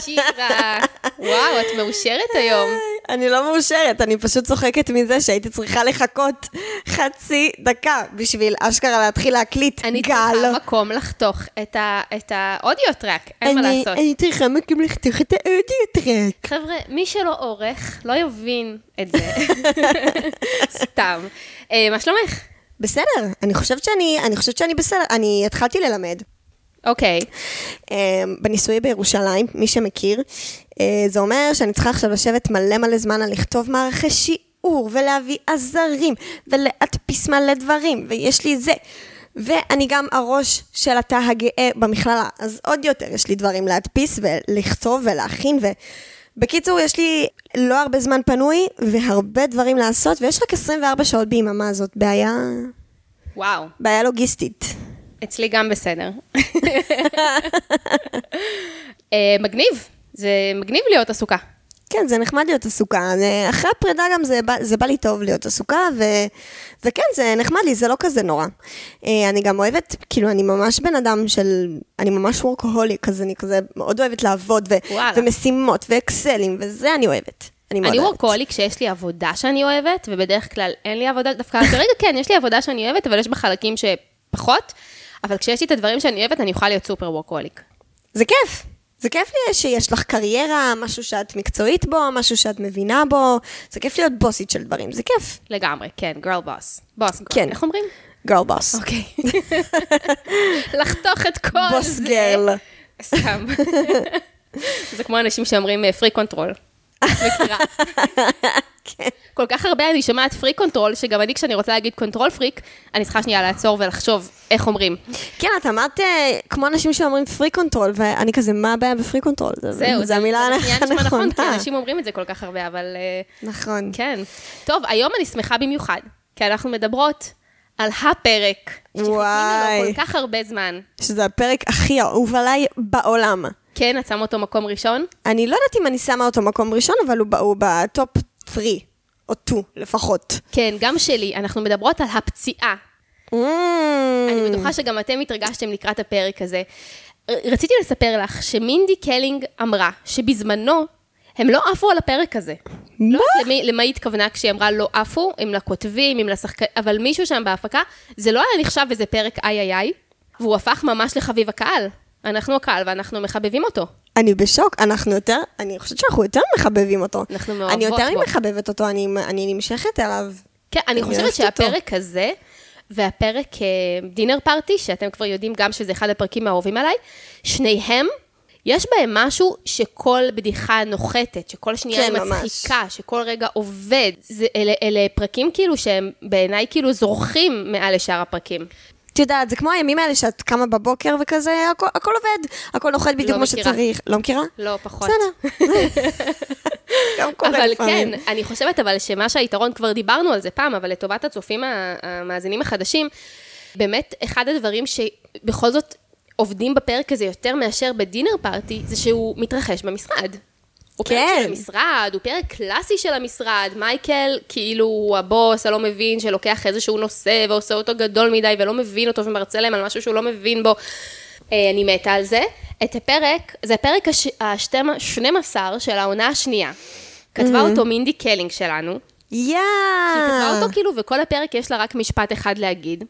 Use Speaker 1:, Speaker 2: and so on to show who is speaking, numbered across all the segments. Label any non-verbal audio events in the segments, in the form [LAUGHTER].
Speaker 1: שירה, וואו, את מאושרת היום.
Speaker 2: אני לא מאושרת, אני פשוט צוחקת מזה שהייתי צריכה לחכות חצי דקה בשביל אשכרה להתחיל להקליט.
Speaker 1: אני
Speaker 2: גל.
Speaker 1: צריכה מקום לחתוך את ה- את האודיו טראק, אין מה
Speaker 2: אני-
Speaker 1: לעשות.
Speaker 2: אני צריכה מקום לחתוך את האודיו טרק.
Speaker 1: חבר'ה, מי שלא עורך, לא יבין את זה.
Speaker 2: [LAUGHS]
Speaker 1: סתם. אה, מה שלומך?
Speaker 2: בסדר, אני חושבת שאני, אני חושבת שאני בסדר, אני התחלתי ללמד.
Speaker 1: אוקיי.
Speaker 2: אה, בניסוי בירושלים, מי שמכיר, אה, זה אומר שאני צריכה עכשיו לשבת מלא מלא זמן על לכתוב מערכי שיעור, ולהביא עזרים, ולהדפיס מלא דברים, ויש לי זה. ואני גם הראש של התא הגאה במכללה, אז עוד יותר יש לי דברים להדפיס ולכתוב ולהכין ו... בקיצור, יש לי לא הרבה זמן פנוי והרבה דברים לעשות, ויש רק 24 שעות ביממה, זאת בעיה,
Speaker 1: וואו.
Speaker 2: בעיה לוגיסטית.
Speaker 1: אצלי גם
Speaker 2: [LAUGHS]
Speaker 1: בסדר. אה, מגניב. זה מגניב להיות עסוקה.
Speaker 2: כן, זה נחמד להיות עסוקה. זה- אחרי הפרידה גם זה, בא- זה בא לי טוב להיות עסוקה, ו, וכן, זה נחמד לי, זה לא כזה נורא. אה, אני גם אוהבת, כאילו, אני ממש בן אדם של... אני ממש וורקהוליק, אז אני כזה מאוד אוהבת לעבוד, ו,
Speaker 1: וואלה.
Speaker 2: ומשימות, ואקסלים, וזה אני אוהבת. אני מאוד
Speaker 1: אני
Speaker 2: אוהבת.
Speaker 1: וורקולי כשיש לי עבודה שאני אוהבת, ובדרך כלל אין לי עבודה, דווקא [LAUGHS] כרגע כן, יש לי עבודה שאני אוהבת, אבל יש בה חלקים שפחות, אבל כשיש לי את הדברים שאני אוהבת, אני יכולה להיות סופר וורקוליק.
Speaker 2: זה כיף. זה כיף לי שיש לך קריירה, משהו שאת מקצועית בו, משהו שאת מבינה בו. זה כיף להיות בוסית של דברים, זה כיף.
Speaker 1: לגמרי, כן, גרל בוס. בוס גרל.
Speaker 2: כן.
Speaker 1: איך אומרים?
Speaker 2: גרל בוס.
Speaker 1: אוקיי. [LAUGHS] לחתוך את כל זה.
Speaker 2: בוס גרל.
Speaker 1: סתם. זה כמו אנשים שאומרים אה, פרי קונטרול.
Speaker 2: [LAUGHS]
Speaker 1: מכירה.
Speaker 2: כן.
Speaker 1: כל כך הרבה אני שומעת פרי קונטרול, שגם אני כשאני רוצה להגיד קונטרול פריק, אני צריכה שנייה לעצור ולחשוב איך אומרים.
Speaker 2: כן, את אמרת אה, כמו אנשים שאומרים פרי קונטרול, ואני כזה, מה הבעיה בפרי קונטרול?
Speaker 1: זהו,
Speaker 2: זו המילה
Speaker 1: זה שנייה נשמע נכון, כי
Speaker 2: הנכונה.
Speaker 1: אנשים אומרים את זה כל כך הרבה, אבל אה,
Speaker 2: נכון.
Speaker 1: כן. טוב, היום אני שמחה במיוחד, כי אנחנו מדברות על הפרק. שחיכינו לו
Speaker 2: וואי.
Speaker 1: כל כך הרבה זמן.
Speaker 2: שזה הפרק הכי אהוב עליי בעולם.
Speaker 1: כן, את שמה אותו מקום ראשון?
Speaker 2: אני לא יודעת אם אני שמה אותו מקום ראשון, אבל הוא ב- הוא בטופ 3, או 2 לפחות.
Speaker 1: כן, גם שלי. אנחנו מדברות על הפציעה.
Speaker 2: Mm.
Speaker 1: אני בטוחה שגם אתם התרגשתם לקראת הפרק הזה. ר- רציתי לספר לך שמינדי קלינג אמרה שבזמנו הם לא עפו על הפרק הזה.
Speaker 2: מה?
Speaker 1: למי, למה היא התכוונה כשהיא אמרה לא עפו, אם לכותבים, אם לשחקנים, אבל מישהו שם בהפקה, זה לא היה נחשב איזה פרק איי איי איי, והוא הפך ממש לחביב הקהל. אנחנו הקהל ואנחנו מחבבים אותו.
Speaker 2: אני בשוק, אנחנו יותר, אני חושבת שאנחנו יותר מחבבים אותו.
Speaker 1: אנחנו
Speaker 2: אני
Speaker 1: מאוהבות
Speaker 2: יותר
Speaker 1: בו.
Speaker 2: מחבבת אותו, אני- אני נמשכת אליו.
Speaker 1: כן, אני
Speaker 2: אני
Speaker 1: חושבת
Speaker 2: אוהבת אותו.
Speaker 1: שהפרק הזה, והפרק דינר פארטי, שאתם כבר יודעים גם שזה אחד הפרקים האהובים עליי, שניהם, יש בהם משהו שכל בדיחה נוחתת, שכל שנייה
Speaker 2: כן,
Speaker 1: היא
Speaker 2: ממש.
Speaker 1: מצחיקה, שכל רגע עובד. זה, אלה, אלה פרקים כאילו שהם בעיניי כאילו זורחים מעל לשאר הפרקים.
Speaker 2: את יודעת, זה כמו הימים האלה שאת קמה בבוקר וכזה, הכל, הכל עובד, הכל נוחת בדיוק
Speaker 1: לא
Speaker 2: כמו
Speaker 1: מכירה.
Speaker 2: שצריך. לא מכירה?
Speaker 1: לא, פחות.
Speaker 2: בסדר. [LAUGHS] גם קורה
Speaker 1: אבל
Speaker 2: לפעמים.
Speaker 1: כן, אני חושבת אבל שמה שהיתרון, כבר דיברנו על זה פעם, אבל לטובת הצופים ה- המאזינים החדשים, באמת אחד הדברים שבכל זאת עובדים בפרק הזה יותר מאשר בדינר פארטי, זה שהוא מתרחש במשרד. הוא
Speaker 2: כן.
Speaker 1: פרק של המשרד, הוא פרק קלאסי של המשרד, מייקל כאילו הוא הבוס הלא מבין שלוקח איזשהו נושא ועושה אותו גדול מדי ולא מבין אותו ומרצה להם על משהו שהוא לא מבין בו. אה, אני מתה על זה. את הפרק, זה הפרק ה-12 של העונה השנייה. כתבה אותו מינדי קלינג שלנו,
Speaker 2: יאה.
Speaker 1: היא כתבה אותו כאילו, וכל הפרק יש לה רק משפט אחד להגיד.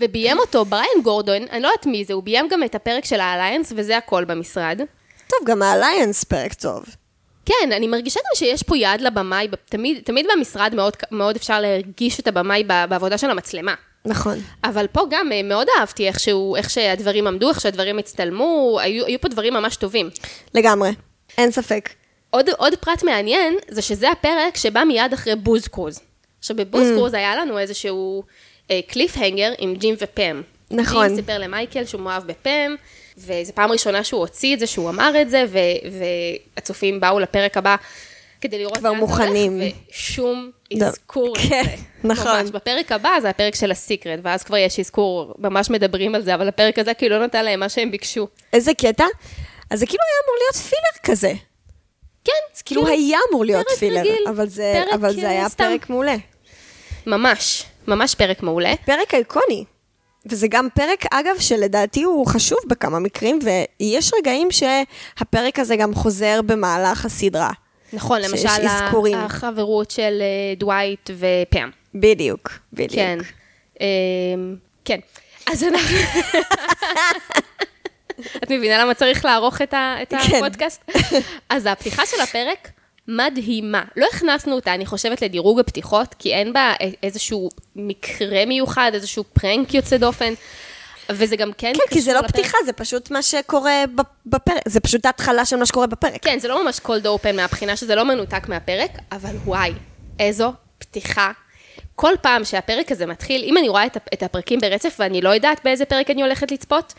Speaker 1: וביים אותו בריין גורדון, אני לא יודעת מי זה, הוא ביים גם את הפרק של האליינס, וזה הכל במשרד.
Speaker 2: [LAUGHS] טוב, גם האליינס פרק טוב.
Speaker 1: כן, אני מרגישה גם שיש פה יד לבמאי, תמיד, תמיד במשרד מאוד, מאוד אפשר להרגיש את הבמאי ב- בעבודה של המצלמה.
Speaker 2: נכון.
Speaker 1: אבל פה גם אה, מאוד אהבתי איך, שהוא, איך שהדברים עמדו, איך שהדברים הצטלמו, היו, היו פה דברים ממש טובים.
Speaker 2: לגמרי. אין ספק.
Speaker 1: עוד, עוד פרט מעניין, זה שזה הפרק שבא מיד אחרי בוז קרוז. עכשיו, בבוז
Speaker 2: Mm.
Speaker 1: קרוז היה לנו איזשהו אה, קליפהנגר עם ג'ים ופם.
Speaker 2: נכון.
Speaker 1: ג'ים סיפר למייקל שהוא מאוהב בפם, וזו פעם ראשונה שהוא הוציא את זה, שהוא אמר את זה, ו- והצופים באו לפרק הבא כדי לראות
Speaker 2: כבר
Speaker 1: לאן זה הולך,
Speaker 2: מוכנים.
Speaker 1: ושום
Speaker 2: לא.
Speaker 1: אזכור
Speaker 2: כן,
Speaker 1: לזה.
Speaker 2: נכון.
Speaker 1: ממש, בפרק הבא זה הפרק של הסיקרט, ואז כבר יש אזכור, ממש מדברים על זה, אבל הפרק הזה כאילו לא נתן להם מה שהם ביקשו.
Speaker 2: איזה קטע? אז זה כאילו היה אמור להיות פילר כזה.
Speaker 1: כן,
Speaker 2: זה כאילו היה אמור להיות
Speaker 1: פרק
Speaker 2: פילר.
Speaker 1: רגיל,
Speaker 2: אבל זה-
Speaker 1: פרק,
Speaker 2: אבל זה
Speaker 1: אה,
Speaker 2: היה
Speaker 1: סתם.
Speaker 2: פרק מעולה.
Speaker 1: ממש, ממש פרק מעולה.
Speaker 2: פרק איקוני. וזה גם פרק, אגב, שלדעתי הוא חשוב בכמה מקרים, ויש רגעים שהפרק הזה גם חוזר במהלך הסדרה.
Speaker 1: נכון,
Speaker 2: שיש
Speaker 1: למשל, ה-
Speaker 2: אזכורים.
Speaker 1: החברות של אה, דווייט ופאם.
Speaker 2: בדיוק, בדיוק.
Speaker 1: כן. אמ, כן. אז אנחנו...
Speaker 2: [LAUGHS]
Speaker 1: את מבינה למה צריך לערוך את, ה... את
Speaker 2: כן.
Speaker 1: הפודקאסט? אז הפתיחה של הפרק מדהימה. לא הכנסנו אותה, אני חושבת, לדירוג הפתיחות, כי אין בה א- איזשהו מקרה מיוחד, איזשהו פרנק יוצא דופן, וזה גם כן
Speaker 2: כן, כי זה
Speaker 1: קשור
Speaker 2: לא
Speaker 1: לפרק.
Speaker 2: פתיחה, זה פשוט מה שקורה בפ- בפרק, זה פשוט ההתחלה של מה שקורה בפרק.
Speaker 1: כן, זה לא ממש cold open מהבחינה שזה לא מנותק מהפרק, אבל וואי, איזו פתיחה. כל פעם שהפרק הזה מתחיל, אם אני רואה את הפ- את הפרקים ברצף ואני לא יודעת באיזה פרק אני הולכת לצפות,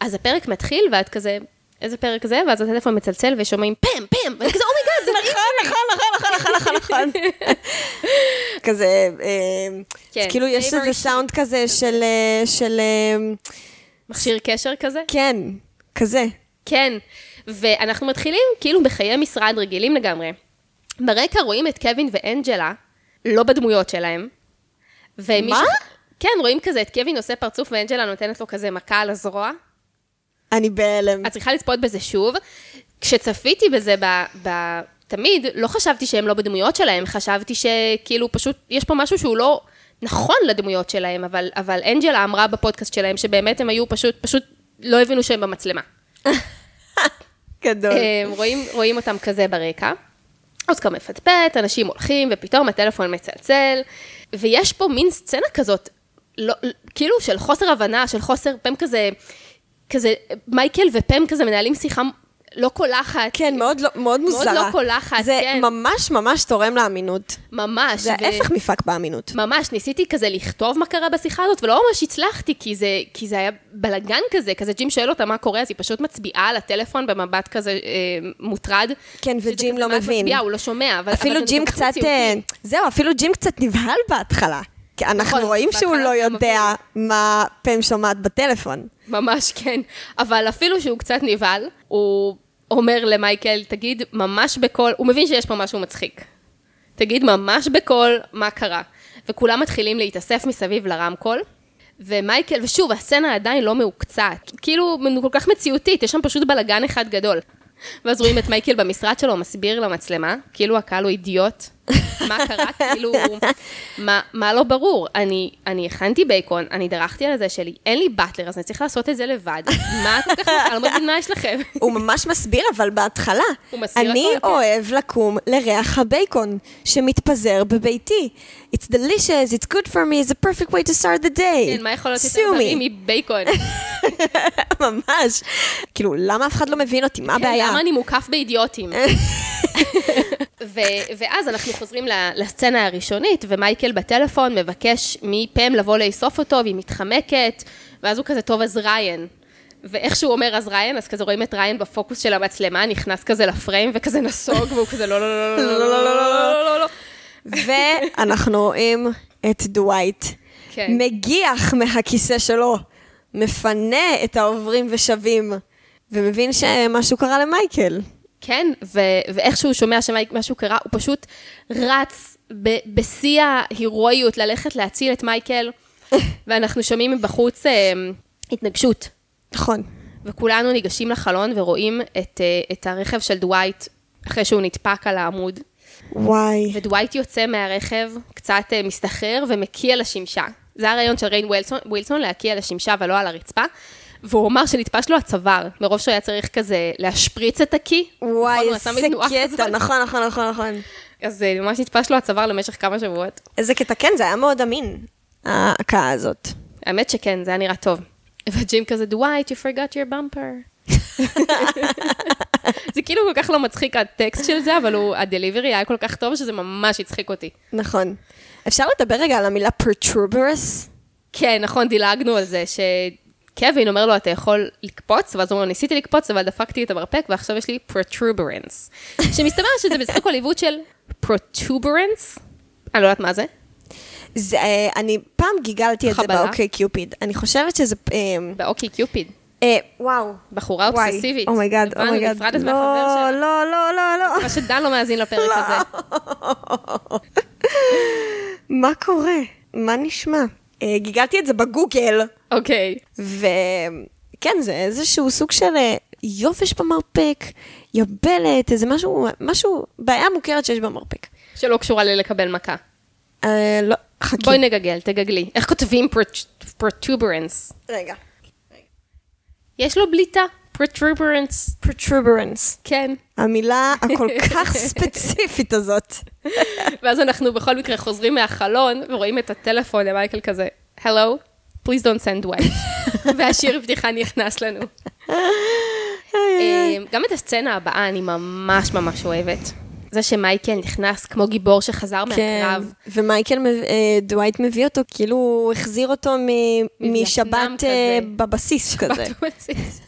Speaker 1: אז הפרק מתחיל ואת כזה, איזה פרק זה? ואז הטלפון מצלצל ושומעים פם, פם, ואני כזה, אומייגאד, זה מדהים.
Speaker 2: נכון, נכון, נכון, נכון, נכון, נכון. כזה, אה,
Speaker 1: כן,
Speaker 2: כאילו יש
Speaker 1: flavor
Speaker 2: איזה
Speaker 1: sheet.
Speaker 2: סאונד כזה של, אה, של, אה,
Speaker 1: [LAUGHS] מכשיר קשר כזה?
Speaker 2: כן, כזה.
Speaker 1: כן, ואנחנו מתחילים כאילו בחיי משרד רגילים לגמרי. ברקע רואים את קווין ואנג'לה, לא בדמויות שלהם. ומישהו-
Speaker 2: מה?
Speaker 1: כן, רואים כזה את קווין עושה פרצוף ואנג'לה נותנת לו כזה מכה על הזרוע.
Speaker 2: אני בהלם.
Speaker 1: את צריכה לצפות בזה שוב. כשצפיתי בזה ב... ב... תמיד, לא חשבתי שהם לא בדמויות שלהם, חשבתי שכאילו פשוט, יש פה משהו שהוא לא נכון לדמויות שלהם, אבל, אבל אנג'לה אמרה בפודקאסט שלהם שבאמת הם היו פשוט, פשוט לא הבינו שהם במצלמה.
Speaker 2: גדול.
Speaker 1: הם אמ, רואים, רואים אותם כזה ברקע. אוסקר מפטפט, אנשים הולכים, ופתאום הטלפון מצלצל, ויש פה מין סצנה כזאת, לא, כאילו של חוסר הבנה, של חוסר, פם כזה, כזה, מייקל ופם כזה מנהלים שיחה לא קולחת.
Speaker 2: כן, מאוד לא- מאוד מוזרה.
Speaker 1: לא קולחת,
Speaker 2: זה
Speaker 1: כן.
Speaker 2: ממש ממש תורם לאמינות.
Speaker 1: ממש.
Speaker 2: זה
Speaker 1: ו-
Speaker 2: ההפך מפאק באמינות.
Speaker 1: ממש, ניסיתי כזה לכתוב מה קרה בשיחה הזאת, ולא ממש הצלחתי, כי זה, כי זה היה בלאגן כזה, כזה ג'ים שואל אותה מה קורה, אז היא פשוט מצביעה על הטלפון במבט כזה אה, מוטרד.
Speaker 2: כן,
Speaker 1: שזה
Speaker 2: וג'ים
Speaker 1: כזה
Speaker 2: לא
Speaker 1: מה את
Speaker 2: מבין.
Speaker 1: מצביעה, הוא לא שומע, אבל... אבל
Speaker 2: אפילו
Speaker 1: זה
Speaker 2: ג'ים
Speaker 1: כל כך
Speaker 2: קצת...
Speaker 1: מציאותי.
Speaker 2: אה, זהו, אפילו ג'ים קצת נבהל בהתחלה. כי אנחנו
Speaker 1: נכון,
Speaker 2: רואים שהוא
Speaker 1: בהתחלה
Speaker 2: לא
Speaker 1: אתה
Speaker 2: יודע מה פם שומעת בטלפון.
Speaker 1: ממש כן. אבל אפילו שהוא קצת נבהל, הוא אומר למייקל, תגיד ממש בקול, הוא מבין שיש פה משהו מצחיק. תגיד ממש בקול מה קרה. וכולם מתחילים להתאסף מסביב לרמקול. ומייקל, ושוב, הסצנה עדיין לא מהוקצעת. כאילו, כל כך מציאותית, יש שם פשוט בלאגן אחד גדול. ואז רואים את מייקל במשרד שלו, מסביר למצלמה, כאילו הקהל הוא אידיוט. מה קרה, כאילו, מה, מה לא ברור? אני, אני הכנתי בייקון, אני דרכתי על זה שלי, אין לי באטלר, אז אני צריך לעשות את זה לבד. מה את כל כך מוכנה? אני לא מבינה מה יש לכם.
Speaker 2: [LAUGHS] הוא ממש מסביר, אבל בהתחלה.
Speaker 1: הוא מסביר
Speaker 2: אני
Speaker 1: הכל, כן.
Speaker 2: אוהב לקום לריח הבייקון שמתפזר בביתי. It's delicious, it's good for me, it's a perfect way to start the day.
Speaker 1: כן, מה יכול להיות
Speaker 2: Sue
Speaker 1: יותר
Speaker 2: me.
Speaker 1: בריא מבייקון?
Speaker 2: [LAUGHS] ממש. כאילו, למה אף אחד לא מבין אותי? מה הבעיה?
Speaker 1: כן, למה אני מוקף באידיוטים? ו- ואז אנחנו חוזרים ל- לסצנה הראשונית, ומייקל בטלפון מבקש מפם לבוא לאסוף אותו, והיא מתחמקת, ואז הוא כזה, טוב, אז ריין. ואיך שהוא אומר אז ריין, אז כזה רואים את ריין בפוקוס של המצלמה, נכנס כזה לפריים וכזה נסוג, והוא כזה לא, לא, לא, לא, לא, לא, לא, לא, לא, לא, לא.
Speaker 2: ואנחנו רואים את דווייט
Speaker 1: כן.
Speaker 2: מגיח מהכיסא שלו, מפנה את העוברים ושבים, ומבין שמשהו קרה למייקל.
Speaker 1: כן, ו- ואיך שהוא שומע שמשהו קרה, הוא פשוט רץ ב- בשיא ההירואיות ללכת להציל את
Speaker 2: [LAUGHS]
Speaker 1: מייקל, ואנחנו שומעים מבחוץ אה, התנגשות,
Speaker 2: נכון.
Speaker 1: וכולנו ניגשים לחלון ורואים את, אה, את הרכב של דווייט אחרי שהוא נדפק על העמוד,
Speaker 2: וואי.
Speaker 1: ודווייט יוצא מהרכב, קצת אה, מסתחרר ומקיא על השמשה. זה הרעיון של ריין ווילסון, ווילסון להקיא על השמשה ולא על הרצפה. והוא אמר שנתפש לו הצוואר, מרוב שהוא היה צריך כזה להשפריץ את הקיא. נכון,
Speaker 2: וואי,
Speaker 1: הוא עשה
Speaker 2: איזה
Speaker 1: מין תנועה
Speaker 2: קטע,
Speaker 1: כזאת.
Speaker 2: נכון, נכון, נכון, נכון.
Speaker 1: אז אה, ממש נתפש לו הצוואר למשך כמה שבועות.
Speaker 2: איזה קטע, כן, זה היה מאוד אמין, ההכאה הזאת.
Speaker 1: האמת שכן, זה היה נראה טוב. וג'ים כזה, דווייט, you forgot your bumper. [LAUGHS] זה כאילו כל כך לא מצחיק הטקסט של זה, אבל הוא- הדליברי היה כל כך טוב שזה ממש הצחיק אותי.
Speaker 2: נכון. אפשר לדבר רגע על המילה פרטרוברס?
Speaker 1: כן, נכון, דילגנו על זה, שקווין אומר לו, אתה יכול לקפוץ, ואז הוא אומר, ניסיתי לקפוץ, אבל דפקתי את המרפק, ועכשיו יש לי פרוטרוברנס. [LAUGHS] שמסתבר שזה בסך הכל עיוות של פרוטרוברנס, אני לא יודעת מה זה.
Speaker 2: זה, אה, אני פעם גיגלתי את זה
Speaker 1: חבלה?
Speaker 2: באוקיי קיופיד. אני חושבת שזה... אה,
Speaker 1: באוקי קיופיד,
Speaker 2: אה, וואו. Oh
Speaker 1: בחורה אובססיבית.
Speaker 2: אומייגאד,
Speaker 1: הבנו,
Speaker 2: אומייגאד.
Speaker 1: נפרדת מהחבר שלה.
Speaker 2: לא, לא, לא, לא.
Speaker 1: מה שדן לא מאזין לפרק הזה.
Speaker 2: מה קורה? מה נשמע? אה, גיגלתי את זה בגוגל,
Speaker 1: אוקיי.
Speaker 2: וכן, זה איזשהו סוג של אה, יובש במרפק, יבלת, איזה משהו, משהו, בעיה מוכרת שיש במרפק.
Speaker 1: שלא קשורה ללקבל מכה.
Speaker 2: אה, לא, חכי.
Speaker 1: בואי נגגל, תגגלי. איך כותבים פרוטוברנס?
Speaker 2: רגע.
Speaker 1: יש לו בליטה, פרוטוברנס.
Speaker 2: protuberance.
Speaker 1: כן.
Speaker 2: המילה הכל כך ספציפית הזאת.
Speaker 1: [LAUGHS] ואז אנחנו בכל מקרה חוזרים מהחלון ורואים את הטלפון למייקל כזה, Hello, please don't send [LAUGHS] wife. והשיר פתיחה נכנס לנו. אה, גם את הסצנה הבאה אני ממש ממש אוהבת. זה שמייקל נכנס כמו גיבור שחזר
Speaker 2: כן,
Speaker 1: מהקרב.
Speaker 2: ומייקל, מב- אה, דווייט מביא אותו, כאילו הוא החזיר אותו מ-
Speaker 1: מווייטנאם
Speaker 2: משבת אה,
Speaker 1: כזה. [LAUGHS]
Speaker 2: בבסיס כזה.
Speaker 1: בטוסיס.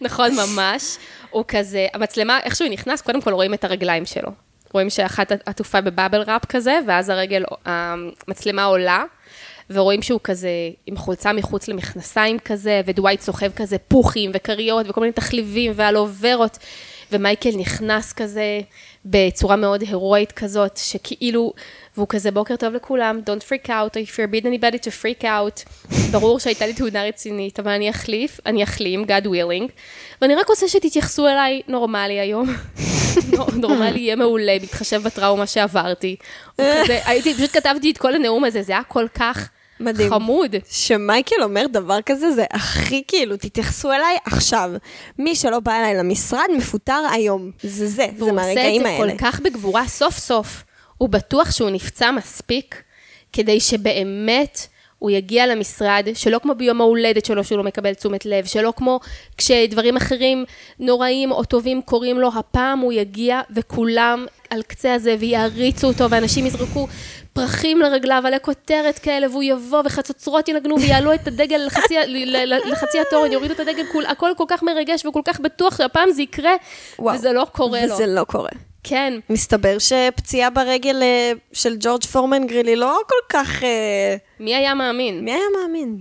Speaker 1: נכון, ממש. הוא כזה, המצלמה, איך שהוא נכנס, קודם כל רואים את הרגליים שלו. רואים שאחת עטופה בבאבל ראפ כזה, ואז הרגל, המצלמה עולה, ורואים שהוא כזה עם חולצה מחוץ למכנסיים כזה, ודווייט סוחב כזה פוחים וכריות וכל מיני תחליבים ועל עוברות, ומייקל נכנס כזה בצורה מאוד הירואית כזאת, שכאילו, והוא כזה בוקר טוב לכולם, Don't freak out, I forbid anybody to freak out. ברור שהייתה לי תאונה רצינית, אבל אני אחליף, אני אחלים, God willing, ואני רק רוצה שתתייחסו אליי נורמלי היום. [LAUGHS] נור- נורמלי יהיה מעולה, מתחשב בטראומה שעברתי. הוא כזה, הייתי, פשוט כתבתי את כל הנאום הזה, זה היה כל כך
Speaker 2: מדהים.
Speaker 1: חמוד.
Speaker 2: שמייקל אומר דבר כזה, זה הכי כאילו, תתייחסו אליי עכשיו. מי שלא בא אליי למשרד, מפוטר היום. זה זה, זה
Speaker 1: והוא עושה את
Speaker 2: מהרגעים
Speaker 1: זה
Speaker 2: האלה.
Speaker 1: כל כך בגבורה, סוף סוף. הוא בטוח שהוא נפצע מספיק, כדי שבאמת הוא יגיע למשרד, שלא כמו ביום ההולדת שלו, שהוא לא מקבל תשומת לב, שלא כמו כשדברים אחרים נוראים או טובים קורים לו, הפעם הוא יגיע וכולם על קצה הזה ויעריצו אותו, ואנשים יזרקו פרחים לרגליו עלי כותרת כאלה, והוא יבוא וחצוצרות ינגנו ויעלו את הדגל לחצי, [LAUGHS] ל- ל- לחצי התורן, יורידו את הדגל, כול- הכל כל כך מרגש וכל כך בטוח שהפעם זה יקרה,
Speaker 2: וואו.
Speaker 1: וזה לא קורה לו.
Speaker 2: וזה לא קורה.
Speaker 1: כן,
Speaker 2: מסתבר שפציעה ברגל אה, של ג'ורג' פורמן גרילי לא כל כך... אה,
Speaker 1: מי היה מאמין?
Speaker 2: מי היה מאמין?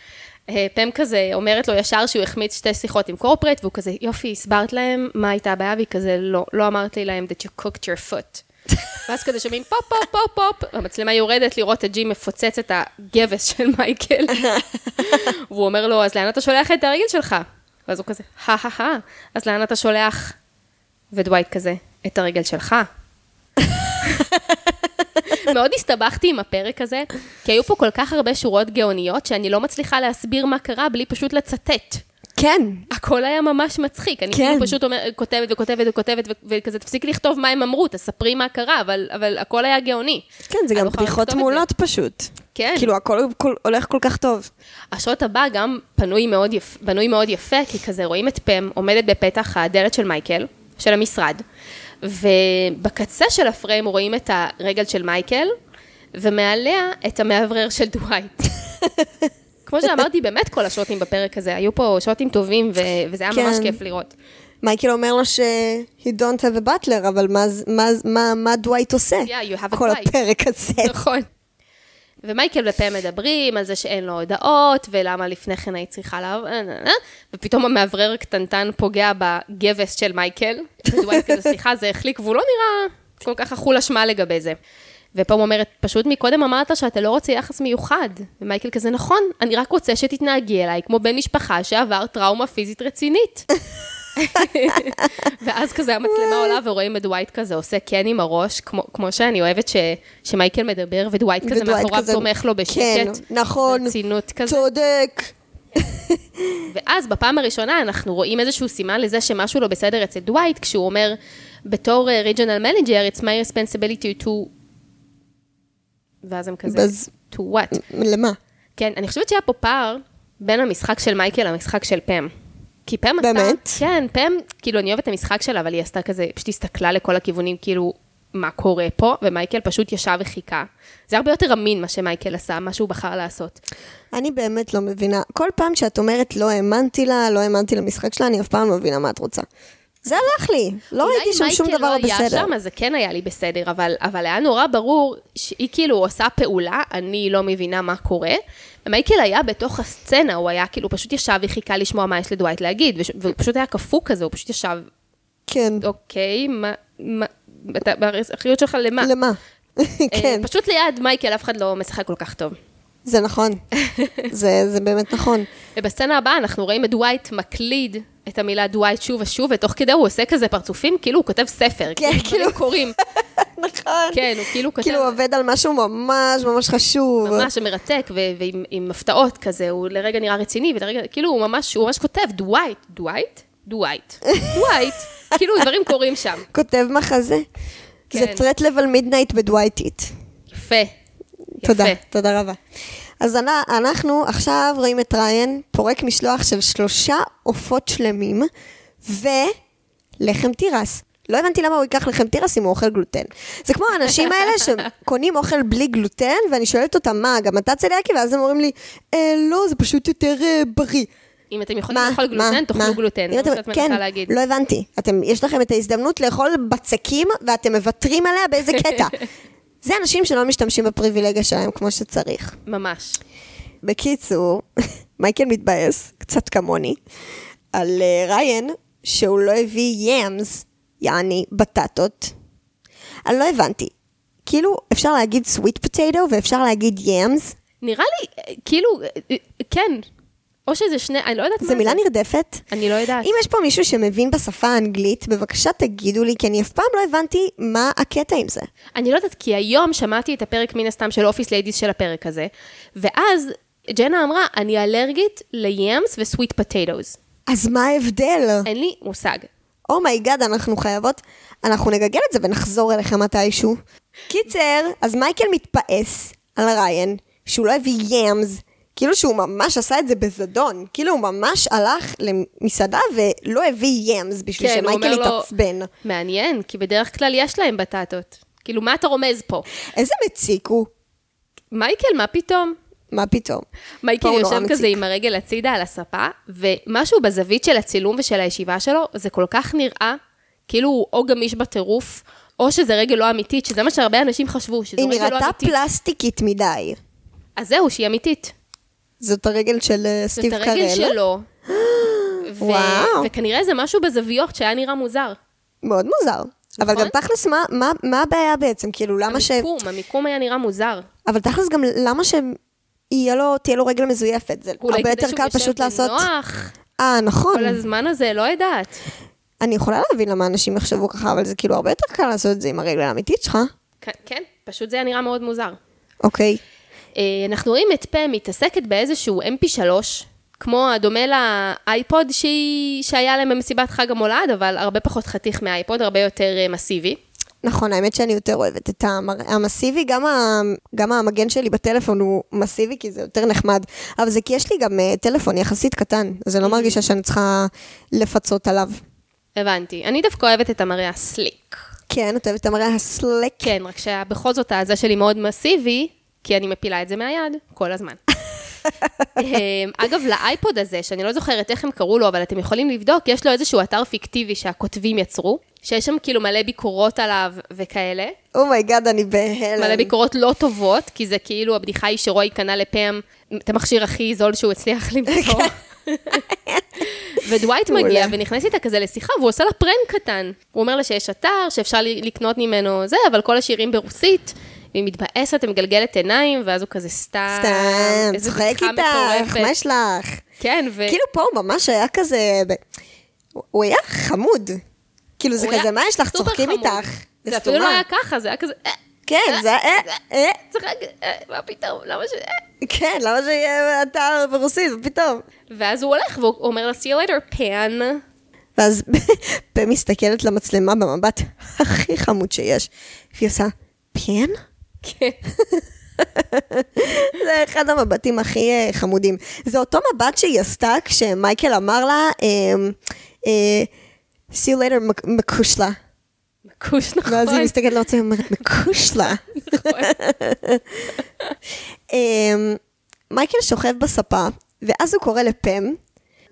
Speaker 1: אה, פם כזה אומרת לו ישר שהוא החמיץ שתי שיחות עם קורפרט, והוא כזה, יופי, הסברת להם מה הייתה הבעיה, והיא כזה, לא, לא אמרת לי להם that you cooked your foot. ואז כזה שומעים פופ, פופ, פופ, פופ, המצלמה יורדת לראות את ג'י מפוצץ את הגבס של מייקל. והוא אומר לו, אז לאן אתה שולח את הרגל שלך? ואז הוא כזה, הא הא הא, אז לאן אתה שולח? ודווייט כזה, את הרגל שלך. מאוד הסתבכתי עם הפרק הזה, כי היו פה כל כך הרבה שורות גאוניות, שאני לא מצליחה להסביר מה קרה בלי פשוט לצטט.
Speaker 2: כן.
Speaker 1: הכל היה ממש מצחיק, אני
Speaker 2: כן.
Speaker 1: כאילו פשוט אומר, כותבת וכותבת וכותבת, ו- וכזה תפסיק לכתוב מה הם אמרו, תספרי מה קרה, אבל, אבל הכל היה גאוני.
Speaker 2: כן, זה
Speaker 1: אני
Speaker 2: גם
Speaker 1: לא יכולה לכתוב
Speaker 2: בדיחות
Speaker 1: את זה.
Speaker 2: מעולות פשוט.
Speaker 1: כן.
Speaker 2: כאילו, הכל כל- הולך כל כך טוב.
Speaker 1: השוט הבא גם פנוי מאוד, יפ... בנוי מאוד יפה, כי כזה רואים את פם עומדת בפתח הדלת של מייקל, של המשרד, ובקצה של הפריים רואים את הרגל של מייקל, ומעליה את המאוורר של דווייט. [LAUGHS] כמו שאמרתי, באמת כל השוטים בפרק הזה, היו פה שוטים טובים, ו... וזה היה ממש
Speaker 2: כן.
Speaker 1: כיף לראות.
Speaker 2: מייקל אומר לו ש- he don't have a butler, אבל מה זה- מה זה- מה- מה דווייט עושה?
Speaker 1: Yeah, you have a
Speaker 2: כל
Speaker 1: Dwight.
Speaker 2: הפרק הזה.
Speaker 1: נכון. ומייקל ופם מדברים על זה שאין לו הודעות, ולמה לפני כן היית צריכה לעבוד, אה, ופתאום המאוורר הקטנטן פוגע בגבס של מייקל. ודווייט כזה, סליחה, זה החליק, והוא לא נראה כל כך אכול אשמה לגבי זה. ופום אומרת, פשוט מקודם אמרת שאתה לא רוצה יחס מיוחד. ומייקל כזה, נכון, אני רק רוצה שתתנהגי אליי כמו בן משפחה שעבר טראומה פיזית רצינית. ואז כזה המצלמה עולה ורואים את דווייט כזה עושה כן עם הראש, כמו, כמו שאני אוהבת ש, שמייקל מדבר, ודווייט כזה
Speaker 2: ודווייט
Speaker 1: מאחוריו
Speaker 2: כזה-
Speaker 1: תומך לו בשקט.
Speaker 2: כן, נכון.
Speaker 1: ברצינות כזה.
Speaker 2: צודק.
Speaker 1: ואז בפעם הראשונה אנחנו רואים איזשהו סימן לזה שמשהו לא בסדר אצל דווייט, כשהוא אומר, בתור ריג'ונל מנג'ר, it's my responsibility to... ואז הם כזה,
Speaker 2: בז-
Speaker 1: to what?
Speaker 2: למה?
Speaker 1: כן, אני חושבת שהיה פה פער בין המשחק של מייקל למשחק של פם. כי פם עשתה...
Speaker 2: באמת?
Speaker 1: כן, פם, כאילו, אני אוהבת את המשחק שלה, אבל היא עשתה כזה, פשוט הסתכלה לכל הכיוונים, כאילו, מה קורה פה, ומייקל פשוט ישב וחיכה. זה הרבה יותר אמין מה שמייקל עשה, מה שהוא בחר לעשות.
Speaker 2: אני באמת לא מבינה. כל פעם שאת אומרת לא האמנתי לה, לא האמנתי למשחק שלה, אני אף פעם לא מבינה מה את רוצה. זה הלך לי. לא ראיתי שם שום דבר לא
Speaker 1: אולי אם מייקל לא
Speaker 2: בסדר.
Speaker 1: היה שם, אז זה כן היה לי בסדר, אבל, אבל היה נורא ברור שהיא כאילו עושה פעולה, אני לא מבינה מה קורה. ומייקל היה בתוך הסצנה, הוא היה כאילו, פשוט ישב וחיכה לשמוע מה יש לדווייט להגיד, וש- והוא פשוט היה קפוא כזה, הוא פשוט ישב
Speaker 2: כן.
Speaker 1: אוקיי, מה, מה, אתה, באחריות שלך למה?
Speaker 2: למה?
Speaker 1: אה,
Speaker 2: [LAUGHS] כן.
Speaker 1: פשוט ליד מייקל אף אחד לא משחק כל כך טוב.
Speaker 2: זה
Speaker 1: [LAUGHS]
Speaker 2: נכון. זה, זה באמת נכון.
Speaker 1: ובסצנה הבאה אנחנו רואים את דווייט מקליד את המילה דווייט שוב ושוב, ותוך כדי הוא עושה כזה פרצופים, כאילו הוא כותב ספר.
Speaker 2: [LAUGHS] כן, כאילו-
Speaker 1: דברים קורים.
Speaker 2: נכון.
Speaker 1: כן, הוא כאילו כותב...
Speaker 2: כאילו הוא עובד על משהו ממש ממש חשוב.
Speaker 1: ממש מרתק, ו- ועם עם הפתעות כזה, הוא לרגע נראה רציני, ולרגע, כאילו הוא ממש, הוא ממש כותב, דווייט, דווייט,
Speaker 2: [LAUGHS]
Speaker 1: דווייט, דווייט, כאילו דברים קורים שם.
Speaker 2: כותב מחזה.
Speaker 1: כן.
Speaker 2: זה threat level midnight בדווייטית.
Speaker 1: יפה. יפה.
Speaker 2: תודה, תודה רבה. אז אנ- אנחנו עכשיו רואים את ריין פורק משלוח של שלושה עופות שלמים ולחם תירס. לא הבנתי למה הוא ייקח לחם תירס אם הוא אוכל גלוטן. זה כמו האנשים
Speaker 1: [LAUGHS]
Speaker 2: האלה שקונים אוכל בלי גלוטן, ואני שואלת אותם, מה, גם אתה צליאקי? ואז הם אומרים לי, אה, לא, זה פשוט יותר אה, בריא.
Speaker 1: אם אתם יכולים
Speaker 2: מה,
Speaker 1: לאכול גלוטן,
Speaker 2: מה, מה?
Speaker 1: תאכלו גלוטן,
Speaker 2: אם
Speaker 1: זה מה
Speaker 2: אתם-
Speaker 1: שאת
Speaker 2: כן,
Speaker 1: מנסה להגיד.
Speaker 2: לא הבנתי. אתם, יש לכם את ההזדמנות לאכול בצקים, ואתם מוותרים עליה באיזה
Speaker 1: [LAUGHS]
Speaker 2: קטע. זה אנשים שלא משתמשים בפריבילגיה שלהם כמו שצריך.
Speaker 1: ממש.
Speaker 2: בקיצור, [LAUGHS] מייקל מתבאס, קצת כמוני, על אה, ריין, שהוא לא הביא יאמס, יעני בטטות. אני לא הבנתי. כאילו, אפשר להגיד sweet potato ואפשר להגיד יאמס?
Speaker 1: נראה לי, אה, כאילו, אה, אה, כן. או שזה שני, אני לא יודעת מה
Speaker 2: זו מילה נרדפת?
Speaker 1: אני לא יודעת.
Speaker 2: אם יש פה מישהו שמבין בשפה האנגלית, בבקשה תגידו לי, כי אני אף פעם לא הבנתי מה הקטע עם זה.
Speaker 1: אני לא יודעת, כי היום שמעתי את הפרק מן הסתם של אופיס ליידיס של הפרק הזה, ואז ג'נה אמרה, אני אלרגית ליאמס וסוויט פטטוס.
Speaker 2: אז מה ההבדל?
Speaker 1: אין לי מושג.
Speaker 2: אומייגאד, אנחנו חייבות, אנחנו נגגל את זה ונחזור אליכם מתישהו. קיצר, אז מייקל מתפעס על ריין, שהוא לא הביא יאמס, כאילו שהוא ממש עשה את זה בזדון, כאילו הוא ממש הלך למסעדה ולא הביא יאמס בשביל
Speaker 1: כן, הוא
Speaker 2: שמייקל
Speaker 1: אומר לו-
Speaker 2: יתעצבן.
Speaker 1: מעניין, כי בדרך כלל יש להם בטטות. כאילו, מה אתה רומז פה?
Speaker 2: איזה מציק הוא,
Speaker 1: מייקל, מה פתאום?
Speaker 2: מה פתאום.
Speaker 1: מייקל
Speaker 2: פה הוא נורא
Speaker 1: יושב
Speaker 2: מציק.
Speaker 1: כזה עם הרגל הצידה על הספה, ומשהו בזווית של הצילום ושל הישיבה שלו, זה כל כך נראה, כאילו הוא או גמיש בטירוף, או שזה רגל לא אמיתית, שזה מה שהרבה אנשים חשבו, שזו
Speaker 2: היא
Speaker 1: רגל לא
Speaker 2: נראתה
Speaker 1: אמיתית.
Speaker 2: פלסטיקית מדי.
Speaker 1: אז זהו, שהיא אמיתית.
Speaker 2: זאת הרגל של אה, סטיב
Speaker 1: זאת
Speaker 2: קרל.
Speaker 1: הרגל
Speaker 2: [GASPS]
Speaker 1: שלו. ו-
Speaker 2: וואו.
Speaker 1: וכנראה זה משהו בזוויות שהיה נראה מוזר.
Speaker 2: מאוד מוזר. אבל
Speaker 1: נכון.
Speaker 2: גם תכלס, מה- מה- מה הבעיה בעצם? כאילו, למה ש...
Speaker 1: המיקום, המיקום היה נראה מוזר.
Speaker 2: אבל תכלס גם למה שתהיה לו, תהיה לו רגל מזויפת? זה
Speaker 1: אולי
Speaker 2: הרבה
Speaker 1: כדי
Speaker 2: יותר
Speaker 1: שהוא
Speaker 2: קל
Speaker 1: יושב
Speaker 2: פשוט לעשות...
Speaker 1: בנוח,
Speaker 2: אה, נכון. [LAUGHS]
Speaker 1: כל הזמן הזה, לא יודעת.
Speaker 2: אני יכולה להבין למה אנשים יחשבו ככה, אבל זה כאילו הרבה יותר קל לעשות את זה עם הרגל האמיתית שלך.
Speaker 1: כן- כן, פשוט זה היה נראה מאוד מוזר.
Speaker 2: אוקיי.
Speaker 1: אה, אנחנו רואים את פם מתעסקת באיזשהו mp3, כמו הדומה לאייפוד שהיא- שהיה להם במסיבת חג המולד, אבל הרבה פחות חתיך מהאייפוד, הרבה יותר אה, מסיבי.
Speaker 2: נכון, האמת שאני יותר אוהבת את המר... המסיבי, גם, ה... גם המגן שלי בטלפון הוא מסיבי, כי זה יותר נחמד. אבל זה כי יש לי גם אה, טלפון יחסית קטן, אז
Speaker 1: Mm.
Speaker 2: אני לא מרגישה שאני צריכה לפצות עליו.
Speaker 1: הבנתי. אני דווקא אוהבת את המראה הסליק.
Speaker 2: כן, את אוהבת את המראה הסלק.
Speaker 1: כן, רק שבכל זאת הזה שלי מאוד מסיבי, כי אני מפילה את זה מהיד כל הזמן. אמ, אגב, לאייפוד הזה, שאני לא זוכרת איך הם קראו לו, אבל אתם יכולים לבדוק, יש לו איזשהו אתר פיקטיבי שהכותבים יצרו, שיש שם כאילו מלא ביקורות עליו וכאלה,
Speaker 2: אומייגאד, Oh אני בהלם.
Speaker 1: מלא ביקורות לא טובות, כי זה כאילו הבדיחה היא שרוי קנה לפם את המכשיר הכי זול שהוא הצליח [LAUGHS] למצוא. ודווייט
Speaker 2: כן. מעולה.
Speaker 1: מגיע ונכנס איתה כזה לשיחה, והוא עושה לה פרנק קטן. הוא אומר לה שיש אתר, שאפשר ל- לקנות ממנו זה, אבל כל השירים ברוסית. והיא מתבאסת ומגלגלת עיניים, ואז הוא כזה סתם.
Speaker 2: [LAUGHS] סתם,
Speaker 1: איזה
Speaker 2: צוחק
Speaker 1: בדיחה
Speaker 2: איתך,
Speaker 1: מטורפת."
Speaker 2: מה יש לך?
Speaker 1: כן, ו...
Speaker 2: כאילו פה הוא ממש היה כזה... ב- הוא היה חמוד. כאילו זה
Speaker 1: הוא היה
Speaker 2: כזה, מה יש לך?
Speaker 1: סופר
Speaker 2: צוחקים
Speaker 1: חמוד.
Speaker 2: איתך.
Speaker 1: זה אפילו לא
Speaker 2: סתומה.
Speaker 1: היה ככה, זה היה כזה... "אה,
Speaker 2: כן, זה היה... אה, אה,
Speaker 1: צוחק, אה, מה פתאום, למה ש... אה."
Speaker 2: כן, למה שיהיה אתר ברוסית, פתאום.
Speaker 1: ואז הוא הולך, והוא אומר לה, see you later, פן.
Speaker 2: ואז [LAUGHS] פם מסתכלת למצלמה במבט הכי חמוד שיש. והיא עושה, פן?
Speaker 1: כן.
Speaker 2: זה אחד המבטים הכי אה, חמודים. זה אותו מבט שהיא עשתה כשמייקל אמר לה, אה, אה, see you later, מק- מקושלה.
Speaker 1: מכוש, נכון.
Speaker 2: ואז
Speaker 1: [LAUGHS]
Speaker 2: היא מסתכלת לעצמה ואומרת, מקושלה.
Speaker 1: נכון.
Speaker 2: אמ, מייקל שוכב בספה, ואז הוא קורא לפם,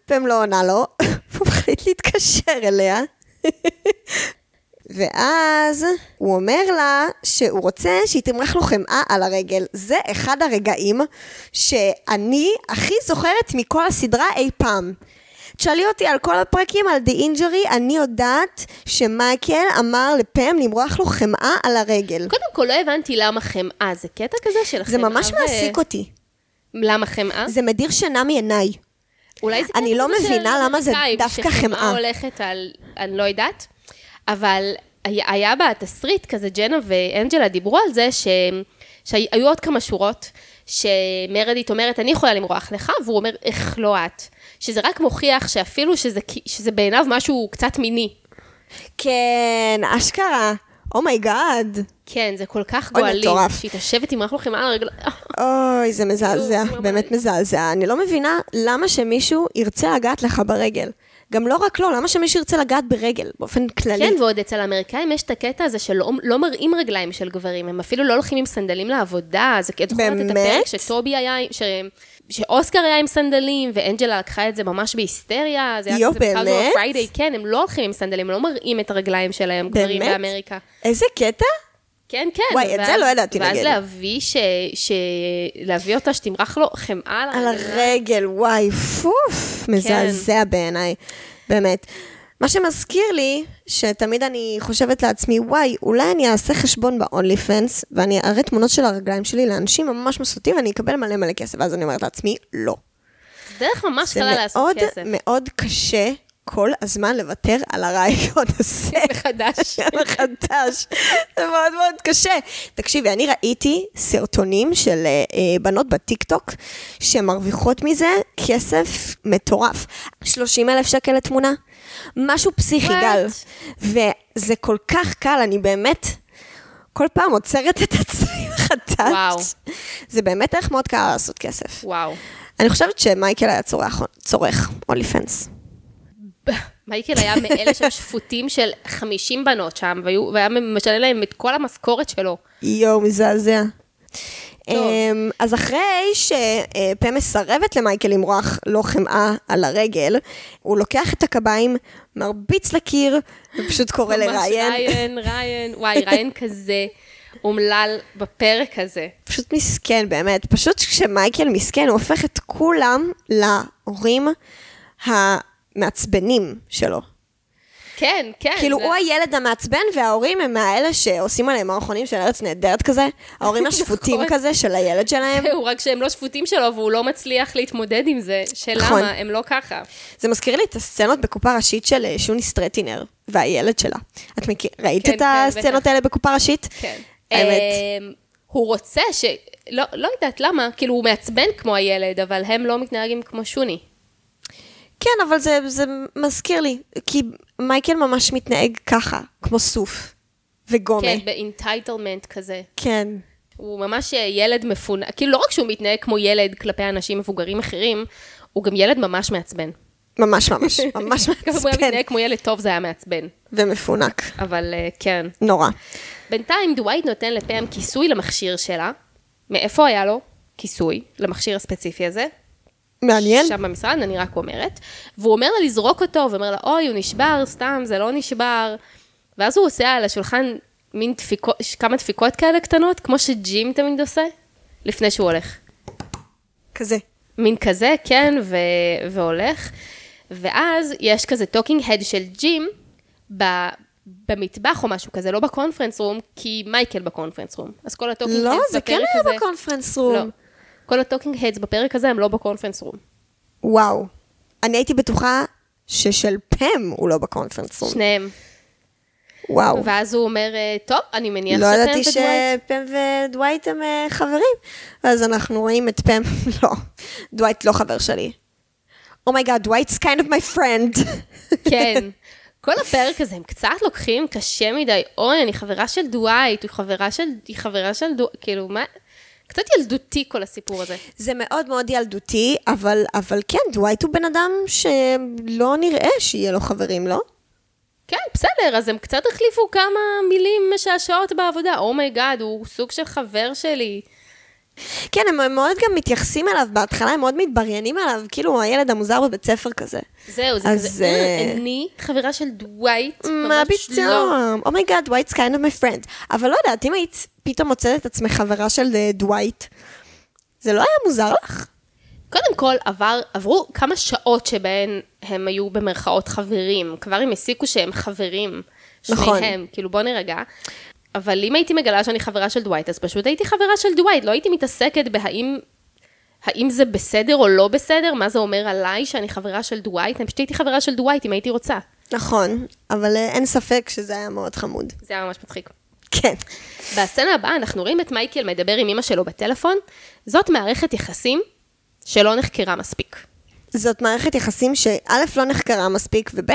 Speaker 2: פם לא עונה לו, [LAUGHS] והוא מחליט להתקשר אליה. ואז הוא אומר לה שהוא רוצה שהיא תמרח לו חמאה על הרגל. זה אחד הרגעים שאני הכי זוכרת מכל הסדרה אי פעם. תשאלי אותי על כל הפרקים על The Injury, אני יודעת שמייקל אמר לפם למרוח לו חמאה על הרגל.
Speaker 1: קודם כל, לא הבנתי למה חמאה, זה קטע כזה של חמאה.
Speaker 2: זה ממש
Speaker 1: ו-
Speaker 2: מעסיק אותי.
Speaker 1: למה חמאה?
Speaker 2: זה מדיר שינה מעיניי.
Speaker 1: אולי זה
Speaker 2: אני
Speaker 1: קטע
Speaker 2: לא
Speaker 1: כזה של
Speaker 2: מבינה למה זה
Speaker 1: אמריקאים,
Speaker 2: דווקא חמאה.
Speaker 1: שחמאה הולכת על, אני לא יודעת, אבל היה היה בתסריט כזה, ג'נה ואנג'לה דיברו על זה, ש... שהיו עוד כמה שורות, שמרדית אומרת, אני יכולה למרוח לך, והוא אומר, איך לא את? שזה רק מוכיח שאפילו שזה, כי- שזה בעיניו משהו קצת מיני.
Speaker 2: כן, אשכרה. Oh אומייגאד.
Speaker 1: כן, זה כל כך
Speaker 2: אוי,
Speaker 1: גועלי,
Speaker 2: מטורף.
Speaker 1: שהיא תשבת עם רחל חמאה על הרגל... [LAUGHS]
Speaker 2: אוי, זה מזעזע,
Speaker 1: ממש.
Speaker 2: באמת מזעזע. אני לא מבינה למה שמישהו ירצה לגעת לך ברגל. גם לא רק לא, למה שמישהו ירצה לגעת ברגל, באופן כללי.
Speaker 1: כן, ועוד אצל האמריקאים יש את הקטע הזה שלא לא מראים רגליים של גברים, הם אפילו לא הולכים עם סנדלים לעבודה, זה כי את זוכרת את
Speaker 2: באמת?
Speaker 1: הפרק שטובי היה, עם- ש, שאוסקר היה עם סנדלים, ואנג'לה לקחה את זה ממש בהיסטריה, זה היה
Speaker 2: יו,
Speaker 1: כזה בכלל
Speaker 2: באמת?
Speaker 1: פריידיי, כן, הם לא הולכים עם סנדלים, הם לא מראים את הרגליים שלהם, גברים
Speaker 2: באמת?
Speaker 1: באמריקה.
Speaker 2: איזה קטע?
Speaker 1: כן, כן.
Speaker 2: וואי, את זה לא ידעתי,
Speaker 1: ואז
Speaker 2: נגיד.
Speaker 1: ואז להביא, ש, ש, להביא אותה שתמרח לו חמאה
Speaker 2: על הרגל, וואי, פוף, מזעזע
Speaker 1: כן.
Speaker 2: בעיניי, באמת. מה שמזכיר לי, שתמיד אני חושבת לעצמי, וואי, אולי אני אעשה חשבון ב-only fans, ואני אראה תמונות של הרגליים שלי לאנשים ממש מסוטים, ואני אקבל מלא מלא כסף, ואז אני אומרת לעצמי, לא.
Speaker 1: זה דרך ממש
Speaker 2: זה
Speaker 1: קלה לעשות
Speaker 2: מאוד
Speaker 1: כסף.
Speaker 2: מאוד קשה כל הזמן לוותר על הרעיון הזה.
Speaker 1: [LAUGHS] מחדש.
Speaker 2: [LAUGHS] מחדש. זה מאוד מאוד קשה. תקשיבי, אני ראיתי סרטונים של אה, אה, בנות בטיקטוק שמרוויחות מזה כסף מטורף. 30 אלף שקל לתמונה? משהו פסיכי,
Speaker 1: What?
Speaker 2: גל. וזה כל כך קל, אני באמת... כל פעם עוצרת את [LAUGHS] עצמי מחדש.
Speaker 1: וואו.
Speaker 2: זה באמת ערך מאוד קל לעשות כסף.
Speaker 1: וואו.
Speaker 2: אני חושבת שמייקל היה צורך, צורך אולי פנס.
Speaker 1: מייקל היה מאלה שהם שפוטים של 50 בנות שם, והיו, והיה משלם להם את כל המשכורת שלו.
Speaker 2: יואו, מזעזע.
Speaker 1: טוב.
Speaker 2: אמ, אז אחרי שפה מסרבת למייקל למרוח לו חמאה על הרגל, הוא לוקח את הקביים, מרביץ לקיר, ופשוט קורא
Speaker 1: ממש
Speaker 2: לראיין.
Speaker 1: ריין, ריין, וואי, ריין כזה אומלל בפרק הזה.
Speaker 2: [LAUGHS] פשוט מסכן, באמת. פשוט כשמייקל מסכן, הוא הופך את כולם להורים המעצבנים שלו.
Speaker 1: כן, כן.
Speaker 2: כאילו,
Speaker 1: זה-
Speaker 2: הוא הילד המעצבן, וההורים הם האלה שעושים עליהם מערכונים של ארץ נהדרת כזה,
Speaker 1: [LAUGHS]
Speaker 2: ההורים השפוטים
Speaker 1: נכון.
Speaker 2: כזה של הילד שלהם.
Speaker 1: הוא רק שהם לא שפוטים שלו והוא לא מצליח להתמודד עם זה,
Speaker 2: נכון.
Speaker 1: שלמה הם לא ככה.
Speaker 2: זה מזכיר לי את הסצנות בקופה ראשית של אה, שוני סטרטינר והילד שלה. את מכיר, ראית
Speaker 1: כן,
Speaker 2: את
Speaker 1: כן,
Speaker 2: הסצנות
Speaker 1: בטח.
Speaker 2: האלה בקופה ראשית?
Speaker 1: כן.
Speaker 2: האמת.
Speaker 1: אמ, הוא רוצה ש... לא, לא יודעת למה, כאילו הוא מעצבן כמו הילד, אבל הם לא מתנהגים כמו שוני.
Speaker 2: כן, אבל זה, זה מזכיר לי, כי מייקל ממש מתנהג ככה, כמו סוף וגומה.
Speaker 1: כן, באינטייטלמנט כזה.
Speaker 2: כן.
Speaker 1: הוא ממש אה, ילד מפונק, כאילו לא רק שהוא מתנהג כמו ילד כלפי אנשים מבוגרים אחרים, הוא גם ילד ממש מעצבן.
Speaker 2: ממש
Speaker 1: [LAUGHS]
Speaker 2: ממש, ממש
Speaker 1: גם אם הוא היה
Speaker 2: מעצבן
Speaker 1: מתנהג כמו ילד טוב זה היה מעצבן,
Speaker 2: ומפונק.
Speaker 1: אבל אה, כן.
Speaker 2: נורא.
Speaker 1: בינתיים דווייט נותן לפאם כיסוי למכשיר שלה. מאיפה היה לו כיסוי למכשיר הספציפי הזה?
Speaker 2: מעניין.
Speaker 1: שם במשרד, אני רק אומרת. והוא אומר לה לזרוק אותו, ואומר לה, אוי, הוא נשבר, סתם, זה לא נשבר. ואז הוא עושה על השולחן מין דפיקות, כמה דפיקות כאלה קטנות, כמו שג'ים תמיד עושה, לפני שהוא הולך.
Speaker 2: כזה.
Speaker 1: מין כזה, כן, ו... והולך. ואז יש כזה טוקינג הד של ג'ים ב... במטבח או משהו כזה, לא בקונפרנס רום, כי מייקל בקונפרנס רום. אז כל הטוקינג
Speaker 2: לא,
Speaker 1: הדס
Speaker 2: זה כן
Speaker 1: בפרק הזה...
Speaker 2: היה בקונפרנס רום.
Speaker 1: לא. כל הטוקינג הדס בפרק הזה הם לא בקונפרנס רום.
Speaker 2: וואו. אני הייתי בטוחה ששל פם הוא לא בקונפרנס רום.
Speaker 1: שניהם.
Speaker 2: וואו.
Speaker 1: ואז הוא אומר, אה, טוב, אני מניח
Speaker 2: לא
Speaker 1: שאתם
Speaker 2: ידעתי
Speaker 1: ודווייט."
Speaker 2: שפם ודווייט הם אה, חברים. ואז אנחנו רואים את פם, [LAUGHS] לא, דווייט לא חבר שלי. אומייגאד, דווייט's kind of my friend. [LAUGHS]
Speaker 1: כן. כל הפרק הזה, הם קצת לוקחים קשה מדי, אוי, אני חברה של דווייט, הוא חברה של, היא חברה של דווייט, כאילו, מה? קצת ילדותי כל הסיפור הזה.
Speaker 2: זה מאוד מאוד ילדותי, אבל, אבל כן, דווייט הוא בן אדם שלא נראה שיהיה לו חברים, לא?
Speaker 1: כן, בסדר, אז הם קצת החליפו כמה מילים משעשעות בעבודה. אומייגאד, הוא סוג של חבר שלי.
Speaker 2: כן, הם- הם מאוד גם מתייחסים אליו בהתחלה, הם מאוד מתבריינים עליו, כאילו הוא הילד המוזר בבית ספר כזה.
Speaker 1: זהו, זה
Speaker 2: אז,
Speaker 1: כזה,
Speaker 2: אה,
Speaker 1: "אה, אני חברה של דווייט.
Speaker 2: מה
Speaker 1: ממש לא.
Speaker 2: פתאום? Oh אומייגאד, דווייט's kind of my friend. אבל לא יודעת, אם היית פתאום מוצאת את עצמך חברה של אה, דווייט, זה לא היה מוזר לך?
Speaker 1: קודם כל, עבר, עברו כמה שעות שבהן הם היו במרכאות חברים. כבר הם הסיקו שהם חברים.
Speaker 2: נכון.
Speaker 1: שניהם, כאילו, בוא נרגע. אבל אם הייתי מגלה שאני חברה של דווייט, אז פשוט הייתי חברה של דווייט, לא הייתי מתעסקת בהאם האם זה בסדר או לא בסדר? מה זה אומר עליי שאני חברה של דווייט? אני פשוט הייתי חברה של דווייט אם הייתי רוצה.
Speaker 2: נכון, אבל אה, אין ספק שזה היה מאוד חמוד.
Speaker 1: זה היה ממש מצחיק.
Speaker 2: כן.
Speaker 1: בסצנה הבאה אנחנו רואים את מייקל מדבר עם אמא שלו בטלפון. זאת מערכת יחסים שלא נחקרה מספיק.
Speaker 2: זאת מערכת יחסים שא' לא נחקרה מספיק, וב'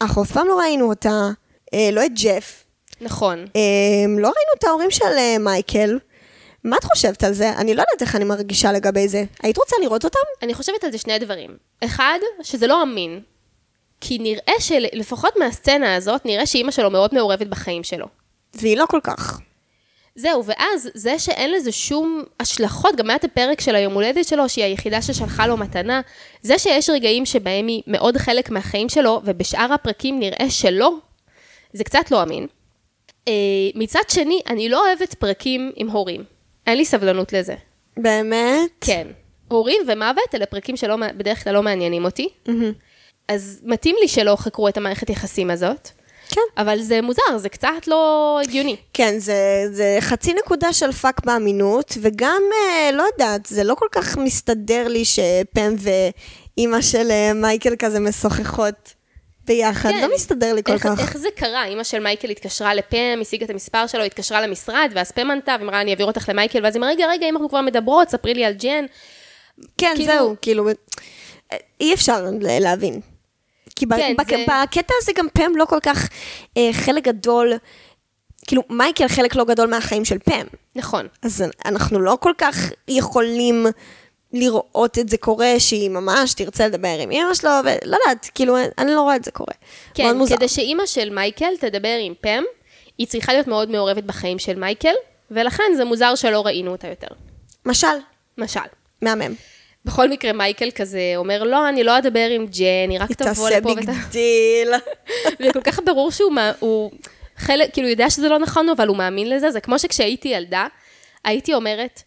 Speaker 2: אנחנו אף פעם לא ראינו אותה, אה, לא את ג'ף,
Speaker 1: נכון.
Speaker 2: אה, לא ראינו את ההורים של אה, מייקל. מה את חושבת על זה? אני לא יודעת איך אני מרגישה לגבי זה. היית רוצה לראות אותם?
Speaker 1: אני חושבת על זה שני דברים. אחד, שזה לא אמין. כי נראה שלפחות מהסצנה הזאת, נראה שאימא שלו מאוד מעורבת בחיים שלו.
Speaker 2: והיא לא כל כך.
Speaker 1: זהו, ואז זה שאין לזה שום השלכות, גם היה את הפרק של היום הולדת שלו, שהיא היחידה ששלחה לו מתנה, זה שיש רגעים שבהם היא מאוד חלק מהחיים שלו, ובשאר הפרקים נראה שלא, זה קצת לא אמין. אה, מצד שני, אני לא אוהבת פרקים עם הורים. אין לי סבלנות לזה.
Speaker 2: באמת?
Speaker 1: כן. הורים ומוות אלה פרקים שלא, מע- בדרך כלל לא מעניינים אותי.
Speaker 2: Mm-hmm.
Speaker 1: אז מתאים לי שלא חקרו את המערכת יחסים הזאת,
Speaker 2: כן.
Speaker 1: אבל זה מוזר, זה קצת לא הגיוני.
Speaker 2: כן, זה, זה חצי נקודה של פאק באמינות, וגם, אה, לא יודעת, זה לא כל כך מסתדר לי שפם ואימא של אה, מייקל כזה משוחחות ביחד.
Speaker 1: כן.
Speaker 2: לא מסתדר לי כל
Speaker 1: איך,
Speaker 2: כך.
Speaker 1: איך זה קרה? אימא של מייקל התקשרה לפם, השיגה את המספר שלו, התקשרה למשרד, ואז פם ענתה, ואמרה, אני אעביר אותך למייקל, ואז היא אמרה, רגע, רגע, אם אנחנו כבר מדברות, ספרי לי על ג'ן.
Speaker 2: כן,
Speaker 1: כאילו-
Speaker 2: זהו, כאילו, אה, אי אפשר ל- להבין. כי ב-
Speaker 1: כן,
Speaker 2: בק-
Speaker 1: זה-
Speaker 2: בקטע הזה גם פם לא כל כך אה, חלק גדול, כאילו, מייקל חלק לא גדול מהחיים של פם.
Speaker 1: נכון.
Speaker 2: אז אנחנו לא כל כך יכולים לראות את זה קורה, שהיא ממש תרצה לדבר עם אמא שלו, ולא יודעת, כאילו, אני לא רואה את זה קורה. מאוד
Speaker 1: כן,
Speaker 2: מוזר.
Speaker 1: כדי שאימא של מייקל תדבר עם פם, היא צריכה להיות מאוד מעורבת בחיים של מייקל, ולכן זה מוזר שלא ראינו אותה יותר.
Speaker 2: משל,
Speaker 1: משל.
Speaker 2: מהמם.
Speaker 1: בכל מקרה, מייקל כזה אומר, לא, אני לא אדבר עם ג'ן, היא רק
Speaker 2: היא
Speaker 1: תבוא
Speaker 2: תעשה
Speaker 1: לפה
Speaker 2: ביג
Speaker 1: ות...
Speaker 2: דיל.
Speaker 1: [LAUGHS] וכל כך ברור שהוא מה, הוא חלק, כאילו, הוא יודע שזה לא נכון, אבל הוא מאמין לזה. זה כמו שכשהייתי ילדה, הייתי אומרת,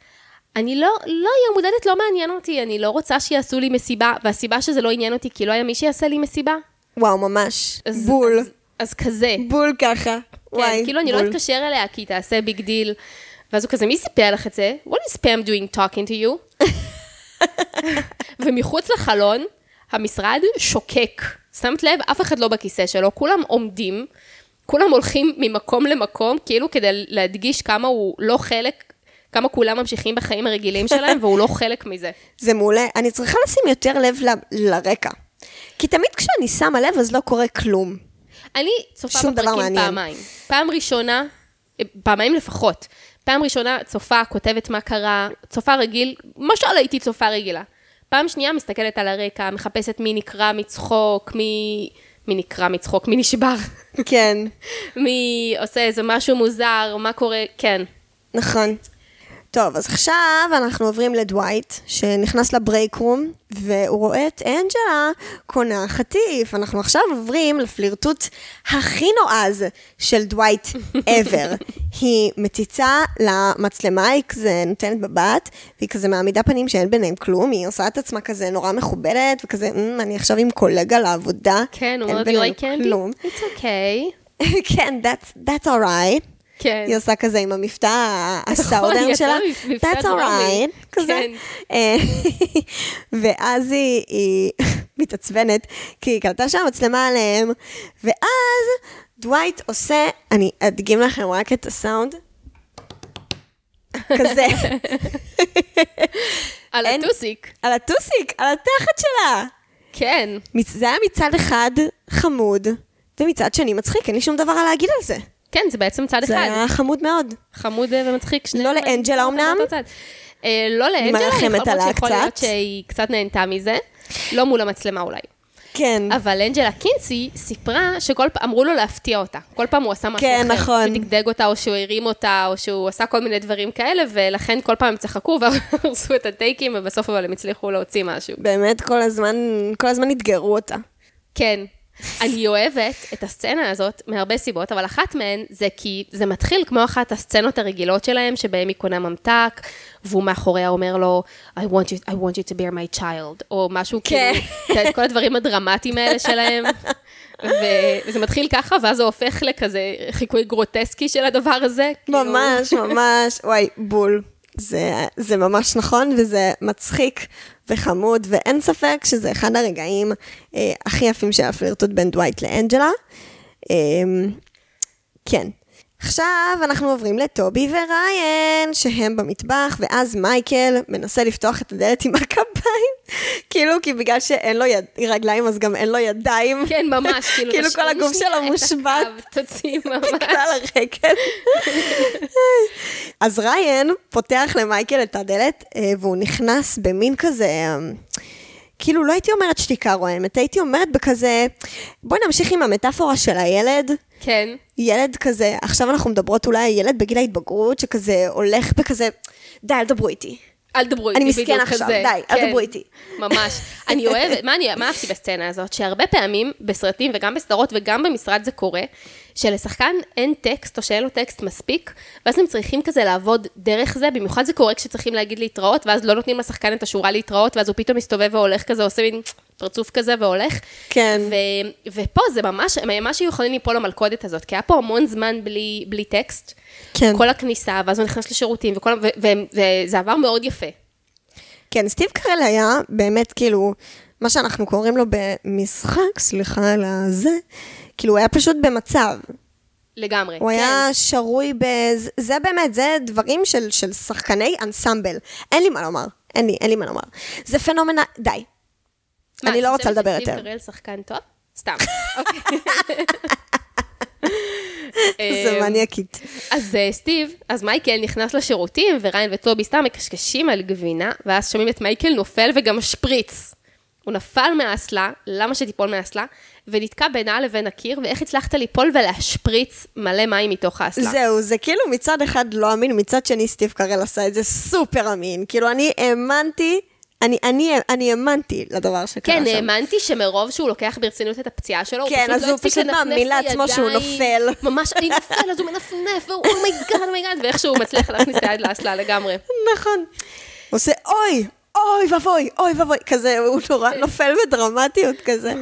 Speaker 1: אני לא, לא, יום הולדת לא מעניין אותי, אני לא רוצה שיעשו לי מסיבה, והסיבה שזה לא עניין אותי, כי לא היה מי שיעשה לי מסיבה.
Speaker 2: וואו, ממש.
Speaker 1: אז,
Speaker 2: בול.
Speaker 1: אז, אז כזה.
Speaker 2: בול ככה.
Speaker 1: כן,
Speaker 2: וואי,
Speaker 1: כאילו, אני לא
Speaker 2: בול.
Speaker 1: אתקשר אליה, כי היא תעשה ביג דיל. ואז הוא כזה, מי סיפר לך את זה? What is spam doing talking to you?
Speaker 2: [LAUGHS]
Speaker 1: ומחוץ לחלון, המשרד שוקק. שמת לב, אף אחד לא בכיסא שלו, כולם עומדים, כולם הולכים ממקום למקום, כאילו כדי להדגיש כמה הוא לא חלק, כמה כולם ממשיכים בחיים הרגילים שלהם, והוא לא חלק מזה.
Speaker 2: זה מעולה. אני צריכה לשים יותר לב ל- לרקע. כי תמיד כשאני שמה לב, אז לא קורה כלום.
Speaker 1: אני צופה
Speaker 2: שום דבר
Speaker 1: בפרקים
Speaker 2: מעניין.
Speaker 1: פעמיים. פעם ראשונה, פעמיים לפחות. פעם ראשונה צופה, כותבת מה קרה, צופה רגיל, משל הייתי צופה רגילה. פעם שנייה מסתכלת על הרקע, מחפשת מי נקרע מצחוק, מי... מי נקרע מצחוק, מי נשבר, [LAUGHS]
Speaker 2: כן,
Speaker 1: מי עושה איזה משהו מוזר, מה קורה, כן.
Speaker 2: נכון. טוב, אז עכשיו אנחנו עוברים לדווייט, שנכנס לברייק רום, והוא רואה את אנג'לה קונה חטיף. אנחנו עכשיו עוברים לפלירטוט הכי נועז של דווייט ever.
Speaker 1: [LAUGHS]
Speaker 2: היא מציצה למצלמה, היא כזה נותנת מבט, והיא כזה מעמידה פנים שאין ביניהם כלום, היא עושה את עצמה כזה נורא מכובדת, וכזה, "אמ, אני עכשיו עם קולגה לעבודה.
Speaker 1: כן, הוא
Speaker 2: אין
Speaker 1: אומר,
Speaker 2: בינינו
Speaker 1: you like candy?
Speaker 2: כלום." [LAUGHS]
Speaker 1: It's okay.
Speaker 2: כן, that's, that's alright.
Speaker 1: כן.
Speaker 2: היא עושה כזה עם המבטא
Speaker 1: נכון, היא
Speaker 2: הסאודרן
Speaker 1: עושה
Speaker 2: שלה,
Speaker 1: מבטא
Speaker 2: that's
Speaker 1: דרומי.
Speaker 2: alright, כזה.
Speaker 1: כן.
Speaker 2: אה, [LAUGHS] ואז היא- היא [LAUGHS] מתעצבנת, כי היא קלטה שהמצלמה עליהם, ואז דווייט עושה, אני אדגים לכם רק את הסאונד,
Speaker 1: [LAUGHS]
Speaker 2: כזה,
Speaker 1: על
Speaker 2: אין-
Speaker 1: הטוסיק.
Speaker 2: על הטוסיק, על התחת שלה.
Speaker 1: כן.
Speaker 2: מצ- זה היה מצד אחד חמוד, ומצד שני מצחיק, אין לי שום דבר רע להגיד על זה.
Speaker 1: כן, זה בעצם צד
Speaker 2: זה
Speaker 1: אחד.
Speaker 2: היה חמוד מאוד.
Speaker 1: חמוד אה, ומצחיק. שני
Speaker 2: לא
Speaker 1: דברים
Speaker 2: לאנג'לה
Speaker 1: שהם
Speaker 2: אומנם?
Speaker 1: באותו צד. אה, לא לאנג'לה,
Speaker 2: מרחמת
Speaker 1: יכול להיות
Speaker 2: עליה
Speaker 1: שיכול להיות
Speaker 2: קצת.
Speaker 1: שהיא קצת נהנתה מזה. לא מול המצלמה אולי.
Speaker 2: כן.
Speaker 1: אבל אנג'לה קינסי סיפרה שכל פעם, אמרו לו להפתיע אותה. כל פעם הוא עשה משהו
Speaker 2: כן,
Speaker 1: אחר.
Speaker 2: נכון.
Speaker 1: שהוא דגדג אותה, או שהוא הרים אותה, או שהוא עשה כל מיני דברים כאלה, ולכן כל פעם הם צחקו [LAUGHS] והרסו את הטייקים, ובסוף אבל הם הצליחו להוציא משהו.
Speaker 2: באמת כל הזמן, כל הזמן אתגרו אותה.
Speaker 1: כן. אני אוהבת את הסצנה הזאת מהרבה סיבות, אבל אחת מהן זה כי זה מתחיל כמו אחת הסצנות הרגילות שלהם, שבהם היא קונה ממתק, והוא מאחוריה אומר לו, I want you, I want you to bear my child, או משהו
Speaker 2: כן.
Speaker 1: כאילו, אתה יודע, את כל הדברים הדרמטיים האלה שלהם. ו- וזה מתחיל ככה, ואז זה הופך לכזה חיקוי גרוטסקי של הדבר הזה. כאילו,
Speaker 2: ממש, ממש, וואי, בול. זה, זה ממש נכון, וזה מצחיק וחמוד, ואין ספק שזה אחד הרגעים אה, הכי יפים של הפלירטוט בין דווייט לאנג'לה. אה, כן. עכשיו אנחנו עוברים לטובי וריין, שהם במטבח, ואז מייקל מנסה לפתוח את הדלת עם [LAUGHS] הקביים. כאילו, כי בגלל שאין לו יד... רגליים, אז גם אין לו ידיים.
Speaker 1: כן, ממש, כאילו,
Speaker 2: כאילו כל
Speaker 1: תשאירי
Speaker 2: הגוף
Speaker 1: שנייה
Speaker 2: שלו
Speaker 1: את
Speaker 2: מושבת.
Speaker 1: הקו, תוציאי ממש.
Speaker 2: בגלל הרגל. אז ריין פותח למייקל את הדלת, אה, והוא נכנס במין כזה, אה, כאילו לא הייתי אומרת שתיקה רועמת, הייתי אומרת בכזה, בואי נמשיך עם המטאפורה של הילד.
Speaker 1: כן.
Speaker 2: ילד כזה, עכשיו אנחנו מדברות אולי על ילד בגיל ההתבגרות, שכזה הולך בכזה, די, אל דברו איתי.
Speaker 1: אל תדברו איתי
Speaker 2: אני
Speaker 1: בדיוק כזה.
Speaker 2: מסכן עכשיו, די, אל
Speaker 1: כן,
Speaker 2: תדברו איתי.
Speaker 1: ממש.
Speaker 2: [LAUGHS]
Speaker 1: אני אוהבת, מה אני- מה אהבתי בסצנה הזאת? שהרבה פעמים בסרטים וגם בסדרות וגם במשרד זה קורה, שלשחקן אין טקסט או שאין לו טקסט מספיק, ואז הם צריכים כזה לעבוד דרך זה, במיוחד זה קורה כשצריכים להגיד להתראות, ואז לא נותנים לשחקן את השורה להתראות, ואז הוא פתאום מסתובב והולך כזה, עושה מין פרצוף כזה והולך.
Speaker 2: כן.
Speaker 1: ו- ופה זה ממש, הם ממש היו יכולים ליפול למלכודת הזאת, כי היה פה המון זמן בלי, בלי טקסט.
Speaker 2: כן.
Speaker 1: כל הכניסה, ואז הוא נכנס לשירותים, וכל, ה- ו- והם- וזה עבר מאוד יפה.
Speaker 2: כן, סטיב קרל היה באמת כאילו, מה שאנחנו קוראים לו במשחק, סליחה על הזה, כאילו הוא היה פשוט במצב.
Speaker 1: לגמרי.
Speaker 2: הוא
Speaker 1: כן.
Speaker 2: היה שרוי ב... זה- זה באמת, זה דברים של, של שחקני אנסמבל. אין לי מה לומר. אין לי, אין לי מה לומר. זה פנומנה, די.
Speaker 1: כן. מה,
Speaker 2: אני
Speaker 1: את
Speaker 2: לא רוצה
Speaker 1: חושבת
Speaker 2: לדבר
Speaker 1: שסטיב
Speaker 2: יותר.
Speaker 1: קרל שחקן טוב?
Speaker 2: [LAUGHS]
Speaker 1: סתם. אוקיי.
Speaker 2: זה [LAUGHS]
Speaker 1: [LAUGHS] אמ,
Speaker 2: מניאקית.
Speaker 1: אז אה, סטיב, אז מייקל נכנס לשירותים, וריין וטובי סתם מקשקשים על גבינה, ואז שומעים את מייקל נופל וגם שפריץ. הוא נפל מהאסלה, למה שתיפול מהאסלה? ונתקע בינה לבין הקיר, ואיך הצלחת ליפול ולהשפריץ מלא מים מתוך האסלה?
Speaker 2: זהו, זה כאילו מצד אחד לא אמין, מצד שני סטיב קרל עשה את זה סופר אמין. כאילו, אני האמנתי, אני, אני, אני האמנתי לדבר שקרה
Speaker 1: כן,
Speaker 2: שם.
Speaker 1: האמנתי שמרוב שהוא לוקח ברצינות את הפציעה שלו,
Speaker 2: כן,
Speaker 1: הוא פשוט
Speaker 2: אז
Speaker 1: לא
Speaker 2: הוא
Speaker 1: הפסיק
Speaker 2: פשוט
Speaker 1: לנפנף
Speaker 2: מאמין לעצמו שהוא
Speaker 1: בידיים.
Speaker 2: נופל.
Speaker 1: ממש, אני נופל, אז הוא מנפנף, והוא "Oh אומייגאד, אומייגאד, ואיכשהו הוא מצליח להכניס את היד לאסלה לגמרי.
Speaker 2: נכון. הוא עושה אוי, אוי ואבוי, אוי ואבוי, כזה, הוא נורא
Speaker 1: כן.
Speaker 2: נופל בדרמטיות כזה.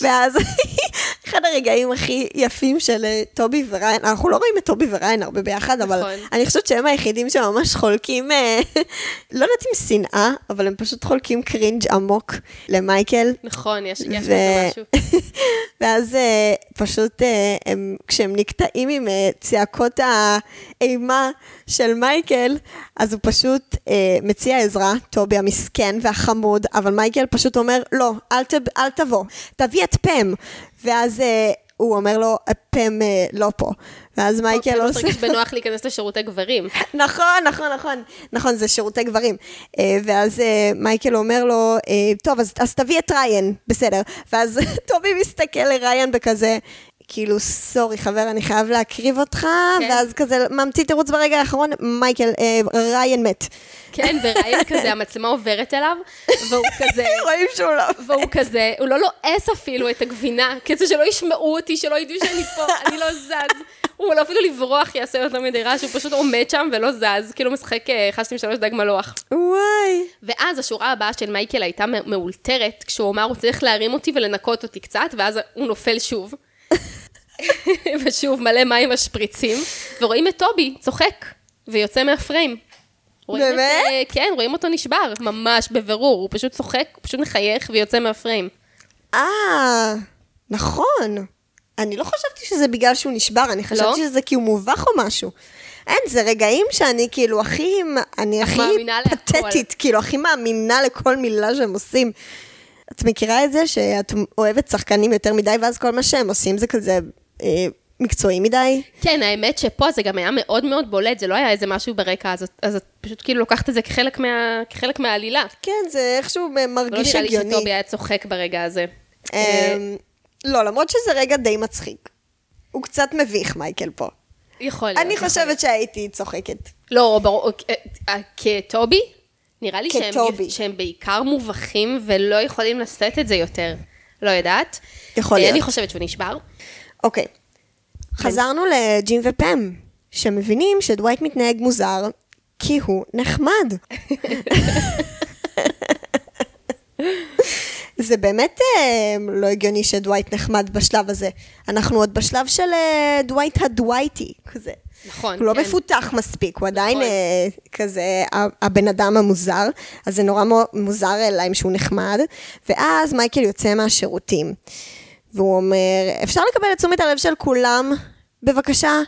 Speaker 2: ואז [LAUGHS] אחד הרגעים הכי יפים של אה, טובי וריין, אנחנו לא רואים את טובי וריין הרבה ביחד, אבל
Speaker 1: נכון.
Speaker 2: אני חושבת שהם היחידים שממש חולקים, אה, [LAUGHS] לא יודעת אם שנאה, אבל הם פשוט חולקים קרינג' עמוק למייקל.
Speaker 1: נכון, יש יש
Speaker 2: ו-
Speaker 1: בזה משהו.
Speaker 2: [LAUGHS] ואז אה, פשוט אה, הם, כשהם נקטעים עם אה, צעקות האימה של מייקל, אז הוא פשוט אה, מציע עזרה, טובי המסכן והחמוד, אבל מייקל פשוט אומר, לא, אל, ת, אל תבוא, תביא את פם. ואז אה, הוא אומר לו, פם אה, לא פה. ואז מייקל
Speaker 1: לא
Speaker 2: עושה...
Speaker 1: תרגיש בנוח להיכנס לשירותי גברים.
Speaker 2: נכון, נכון, נכון. נכון, זה שירותי גברים. אה, ואז אה, מייקל אומר לו, אה, טוב, אז, אז תביא את ריין, בסדר. ואז [LAUGHS] טובי מסתכל לריין בכזה, כאילו, סורי, חבר, אני חייב להקריב אותך,
Speaker 1: כן.
Speaker 2: ואז כזה ממציא תירוץ ברגע האחרון, מייקל, אה, ריין מת.
Speaker 1: כן, וראיין כזה, המצלמה עוברת אליו, והוא כזה...
Speaker 2: [LAUGHS] רואים שהוא לא...
Speaker 1: והוא כזה, הוא לא לועס אפילו את הגבינה, כזה שלא ישמעו אותי, שלא ידעו שאני פה, אני לא זז. הוא לא אפילו לברוח יעשה יותר מדי רעש, הוא פשוט עומד שם ולא זז, כאילו משחק אה, חשתי עם שלוש דג מלוח.
Speaker 2: וואי.
Speaker 1: ואז השורה הבאה של מייקל הייתה מ- מאולתרת, כשהוא אמר, הוא צריך להרים אותי ולנקות אותי קצת, ואז הוא נופל שוב. [LAUGHS] ושוב מלא מים משפריצים, ורואים את טובי צוחק, ויוצא מהפריים. רואים את,
Speaker 2: באמת?
Speaker 1: אה, כן, רואים אותו נשבר, ממש, בבירור, הוא פשוט צוחק, הוא פשוט מחייך ויוצא מהפריים.
Speaker 2: אה, נכון. אני לא חשבתי שזה בגלל שהוא נשבר, אני חשבתי
Speaker 1: לא?
Speaker 2: שזה כי הוא מובך או משהו. אין, זה רגעים שאני כאילו הכי, אני הכי
Speaker 1: מאמינה להכל.
Speaker 2: פתטית, כאילו הכי מאמינה לכל מילה שהם עושים. את מכירה את זה שאת אוהבת שחקנים יותר מדי, ואז כל מה שהם עושים זה כזה אה, מקצועי מדי?
Speaker 1: כן, האמת שפה זה גם היה מאוד מאוד בולט, זה לא היה איזה משהו ברקע, אז, את- אז את פשוט כאילו לוקחת את זה כחלק, מה, כחלק מהעלילה.
Speaker 2: כן, זה איכשהו
Speaker 1: ולא
Speaker 2: מרגיש
Speaker 1: לא נראה לי
Speaker 2: הגיוני.
Speaker 1: שטובי היה צוחק ברגע הזה.
Speaker 2: אה, לא, למרות שזה רגע די מצחיק. הוא קצת מביך, מייקל פה.
Speaker 1: יכול להיות.
Speaker 2: אני
Speaker 1: יכול
Speaker 2: חושבת שהייתי צוחקת.
Speaker 1: לא, ברור, אה, אה, כטובי? נראה לי שהם,
Speaker 2: כטובי.
Speaker 1: שהם בעיקר מובכים ולא יכולים לשאת את זה יותר. לא יודעת.
Speaker 2: יכול
Speaker 1: אה,
Speaker 2: להיות.
Speaker 1: אני חושבת שהוא נשבר.
Speaker 2: אוקיי. חזרנו לג'ים ופם, שמבינים שדווייט מתנהג מוזר, כי הוא נחמד. זה באמת אה, לא הגיוני שדווייט נחמד בשלב הזה. אנחנו עוד בשלב של אה, דווייט הדווייטי, כזה.
Speaker 1: נכון,
Speaker 2: הוא לא
Speaker 1: כן.
Speaker 2: מפותח מספיק, הוא עדיין
Speaker 1: נכון.
Speaker 2: אה, כזה ה- הבן אדם המוזר, אז זה נורא מו- מוזר להם שהוא נחמד. ואז מייקל יוצא מהשירותים, והוא אומר, אפשר לקבל את תשומת הלב של כולם, בבקשה?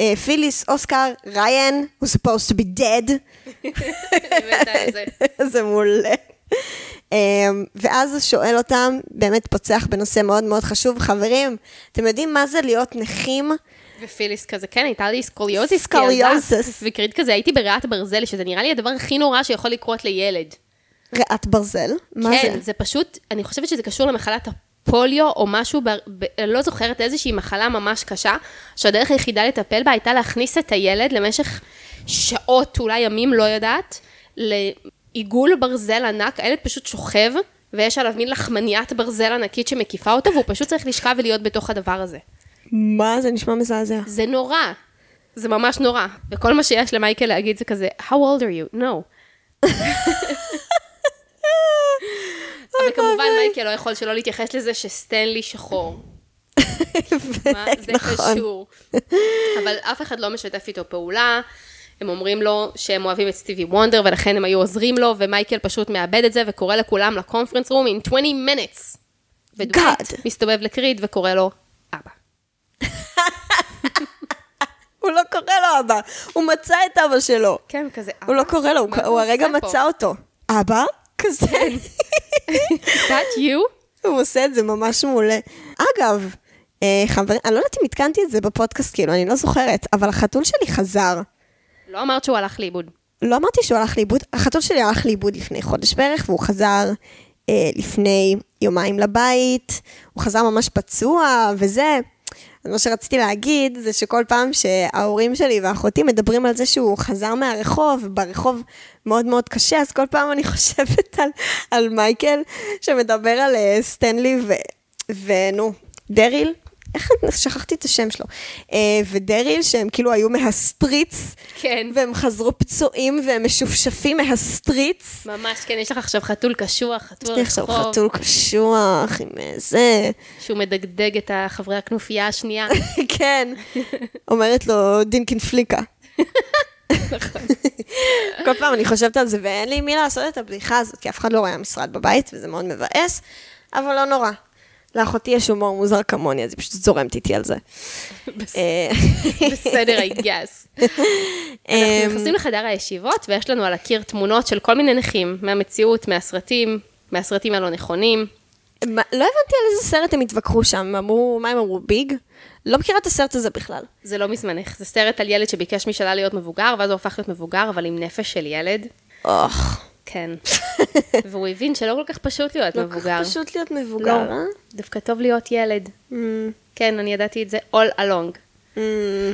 Speaker 2: אה, פיליס, אוסקר, ריין, הוא supposed to be dead.
Speaker 1: הבאת את זה.
Speaker 2: [LAUGHS] זה מעולה. אמ, ואז הוא שואל אותם, באמת פוצח בנושא מאוד מאוד חשוב, חברים, אתם יודעים מה זה להיות נכים?
Speaker 1: ופיליס כזה, כן, הייתה לי סקוליוזיס,
Speaker 2: סקוליוזיס.
Speaker 1: כילדה. וקרית כזה, הייתי בריאת ברזל, שזה נראה לי הדבר הכי נורא שיכול לקרות לילד.
Speaker 2: רעת ברזל? מה
Speaker 1: כן,
Speaker 2: זה?
Speaker 1: זה פשוט, אני חושבת שזה קשור למחלת הפוליו או משהו, ב, ב, אני לא זוכרת איזושהי מחלה ממש קשה, שהדרך היחידה לטפל בה הייתה להכניס את הילד למשך שעות, אולי ימים, לא יודעת, לעיגול ברזל ענק, הילד פשוט שוכב. ויש עליו מין לחמניית ברזל ענקית שמקיפה אותו, והוא פשוט צריך לשכב ולהיות בתוך הדבר הזה.
Speaker 2: מה זה נשמע מזעזע?
Speaker 1: זה נורא. זה ממש נורא. וכל מה שיש למייקל להגיד זה כזה, How old are you? [LAUGHS] No. וכמובן מייקל לא יכול שלא להתייחס לזה שסטנלי שחור. מה [LAUGHS] זה
Speaker 2: נכון.
Speaker 1: קשור? אבל אף אחד לא משתף איתו פעולה. הם אומרים לו שהם אוהבים את סטיבי וונדר ולכן הם היו עוזרים לו, ומייקל פשוט מאבד את זה וקורא לכולם לקונפרנס רום in 20 minutes. ודווייט
Speaker 2: God.
Speaker 1: מסתובב לקריד וקורא לו אבא.
Speaker 2: הוא לא קורא לו אבא, הוא מצא את אבא שלו.
Speaker 1: כן, כזה אבא.
Speaker 2: הוא לא קורא לו, הוא-
Speaker 1: מה אתה
Speaker 2: הוא הרגע
Speaker 1: עושה פה? כן.
Speaker 2: מצא אותו. אבא? כזה.
Speaker 1: Is that you?
Speaker 2: [LAUGHS] הוא עושה את זה ממש מעולה. אגב, אה, חברים, אני לא יודעת אם עדכנתי את זה בפודקאסט, כאילו, אני לא זוכרת, אבל החתול שלי חזר.
Speaker 1: לא אמרת שהוא הלך לאיבוד.
Speaker 2: לא אמרתי שהוא הלך לאיבוד, החתול שלי הלך לאיבוד לפני חודש בערך, והוא חזר אה, לפני יומיים לבית, הוא חזר ממש פצוע וזה. אז מה שרציתי להגיד זה שכל פעם שההורים שלי ואחותי מדברים על זה שהוא חזר מהרחוב, ברחוב מאוד מאוד קשה, אז כל פעם אני [LAUGHS] חושבת על, על מייקל שמדבר על אה, סטנלי ו... ונו, דריל, איך את- שכחתי את השם שלו, אה, ודריל שהם כאילו היו מהסטריץ,
Speaker 1: כן.
Speaker 2: והם חזרו פצועים והם משופשפים מהסטריץ.
Speaker 1: ממש, כן, יש לך עכשיו חתול קשוח, חתול
Speaker 2: יש לי עכשיו
Speaker 1: רחוב,
Speaker 2: חתול קשוח עם אה, זה. [LAUGHS]
Speaker 1: שהוא מדגדג את חברי הכנופיה השנייה.
Speaker 2: כן. אומרת לו דינקין פליקה. [LAUGHS] כל פעם אני חושבת על זה ואין לי מי לעשות את הבדיחה הזאת, כי אף אחד לא רואה משרד בבית וזה מאוד מבאס, אבל לא נורא. לאחותי יש הומור מוזר כמוני, אז היא פשוט זורמת איתי על זה. אה, [LAUGHS]
Speaker 1: בסדר, I
Speaker 2: אמ,
Speaker 1: guess. אנחנו נכנסים לחדר הישיבות, ויש לנו על הקיר תמונות של כל מיני נכים, מהמציאות, מהסרטים, מהסרטים הלא נכונים.
Speaker 2: מה- לא הבנתי על איזה סרט הם התווכחו שם, הם אמרו, מה הם אמרו, ביג? לא מכירה את הסרט הזה בכלל.
Speaker 1: זה לא מזמנך, זה סרט על ילד שביקש משאלה להיות מבוגר, ואז הוא הפך להיות מבוגר, אבל עם נפש של ילד.
Speaker 2: אוח. [LAUGHS]
Speaker 1: כן. והוא הבין שלא כל כך פשוט להיות מבוגר.
Speaker 2: לא פשוט להיות
Speaker 1: לא,
Speaker 2: מבוגר, אה?
Speaker 1: דווקא טוב להיות ילד.
Speaker 2: Mm.
Speaker 1: כן, אני ידעתי את זה all along. אה,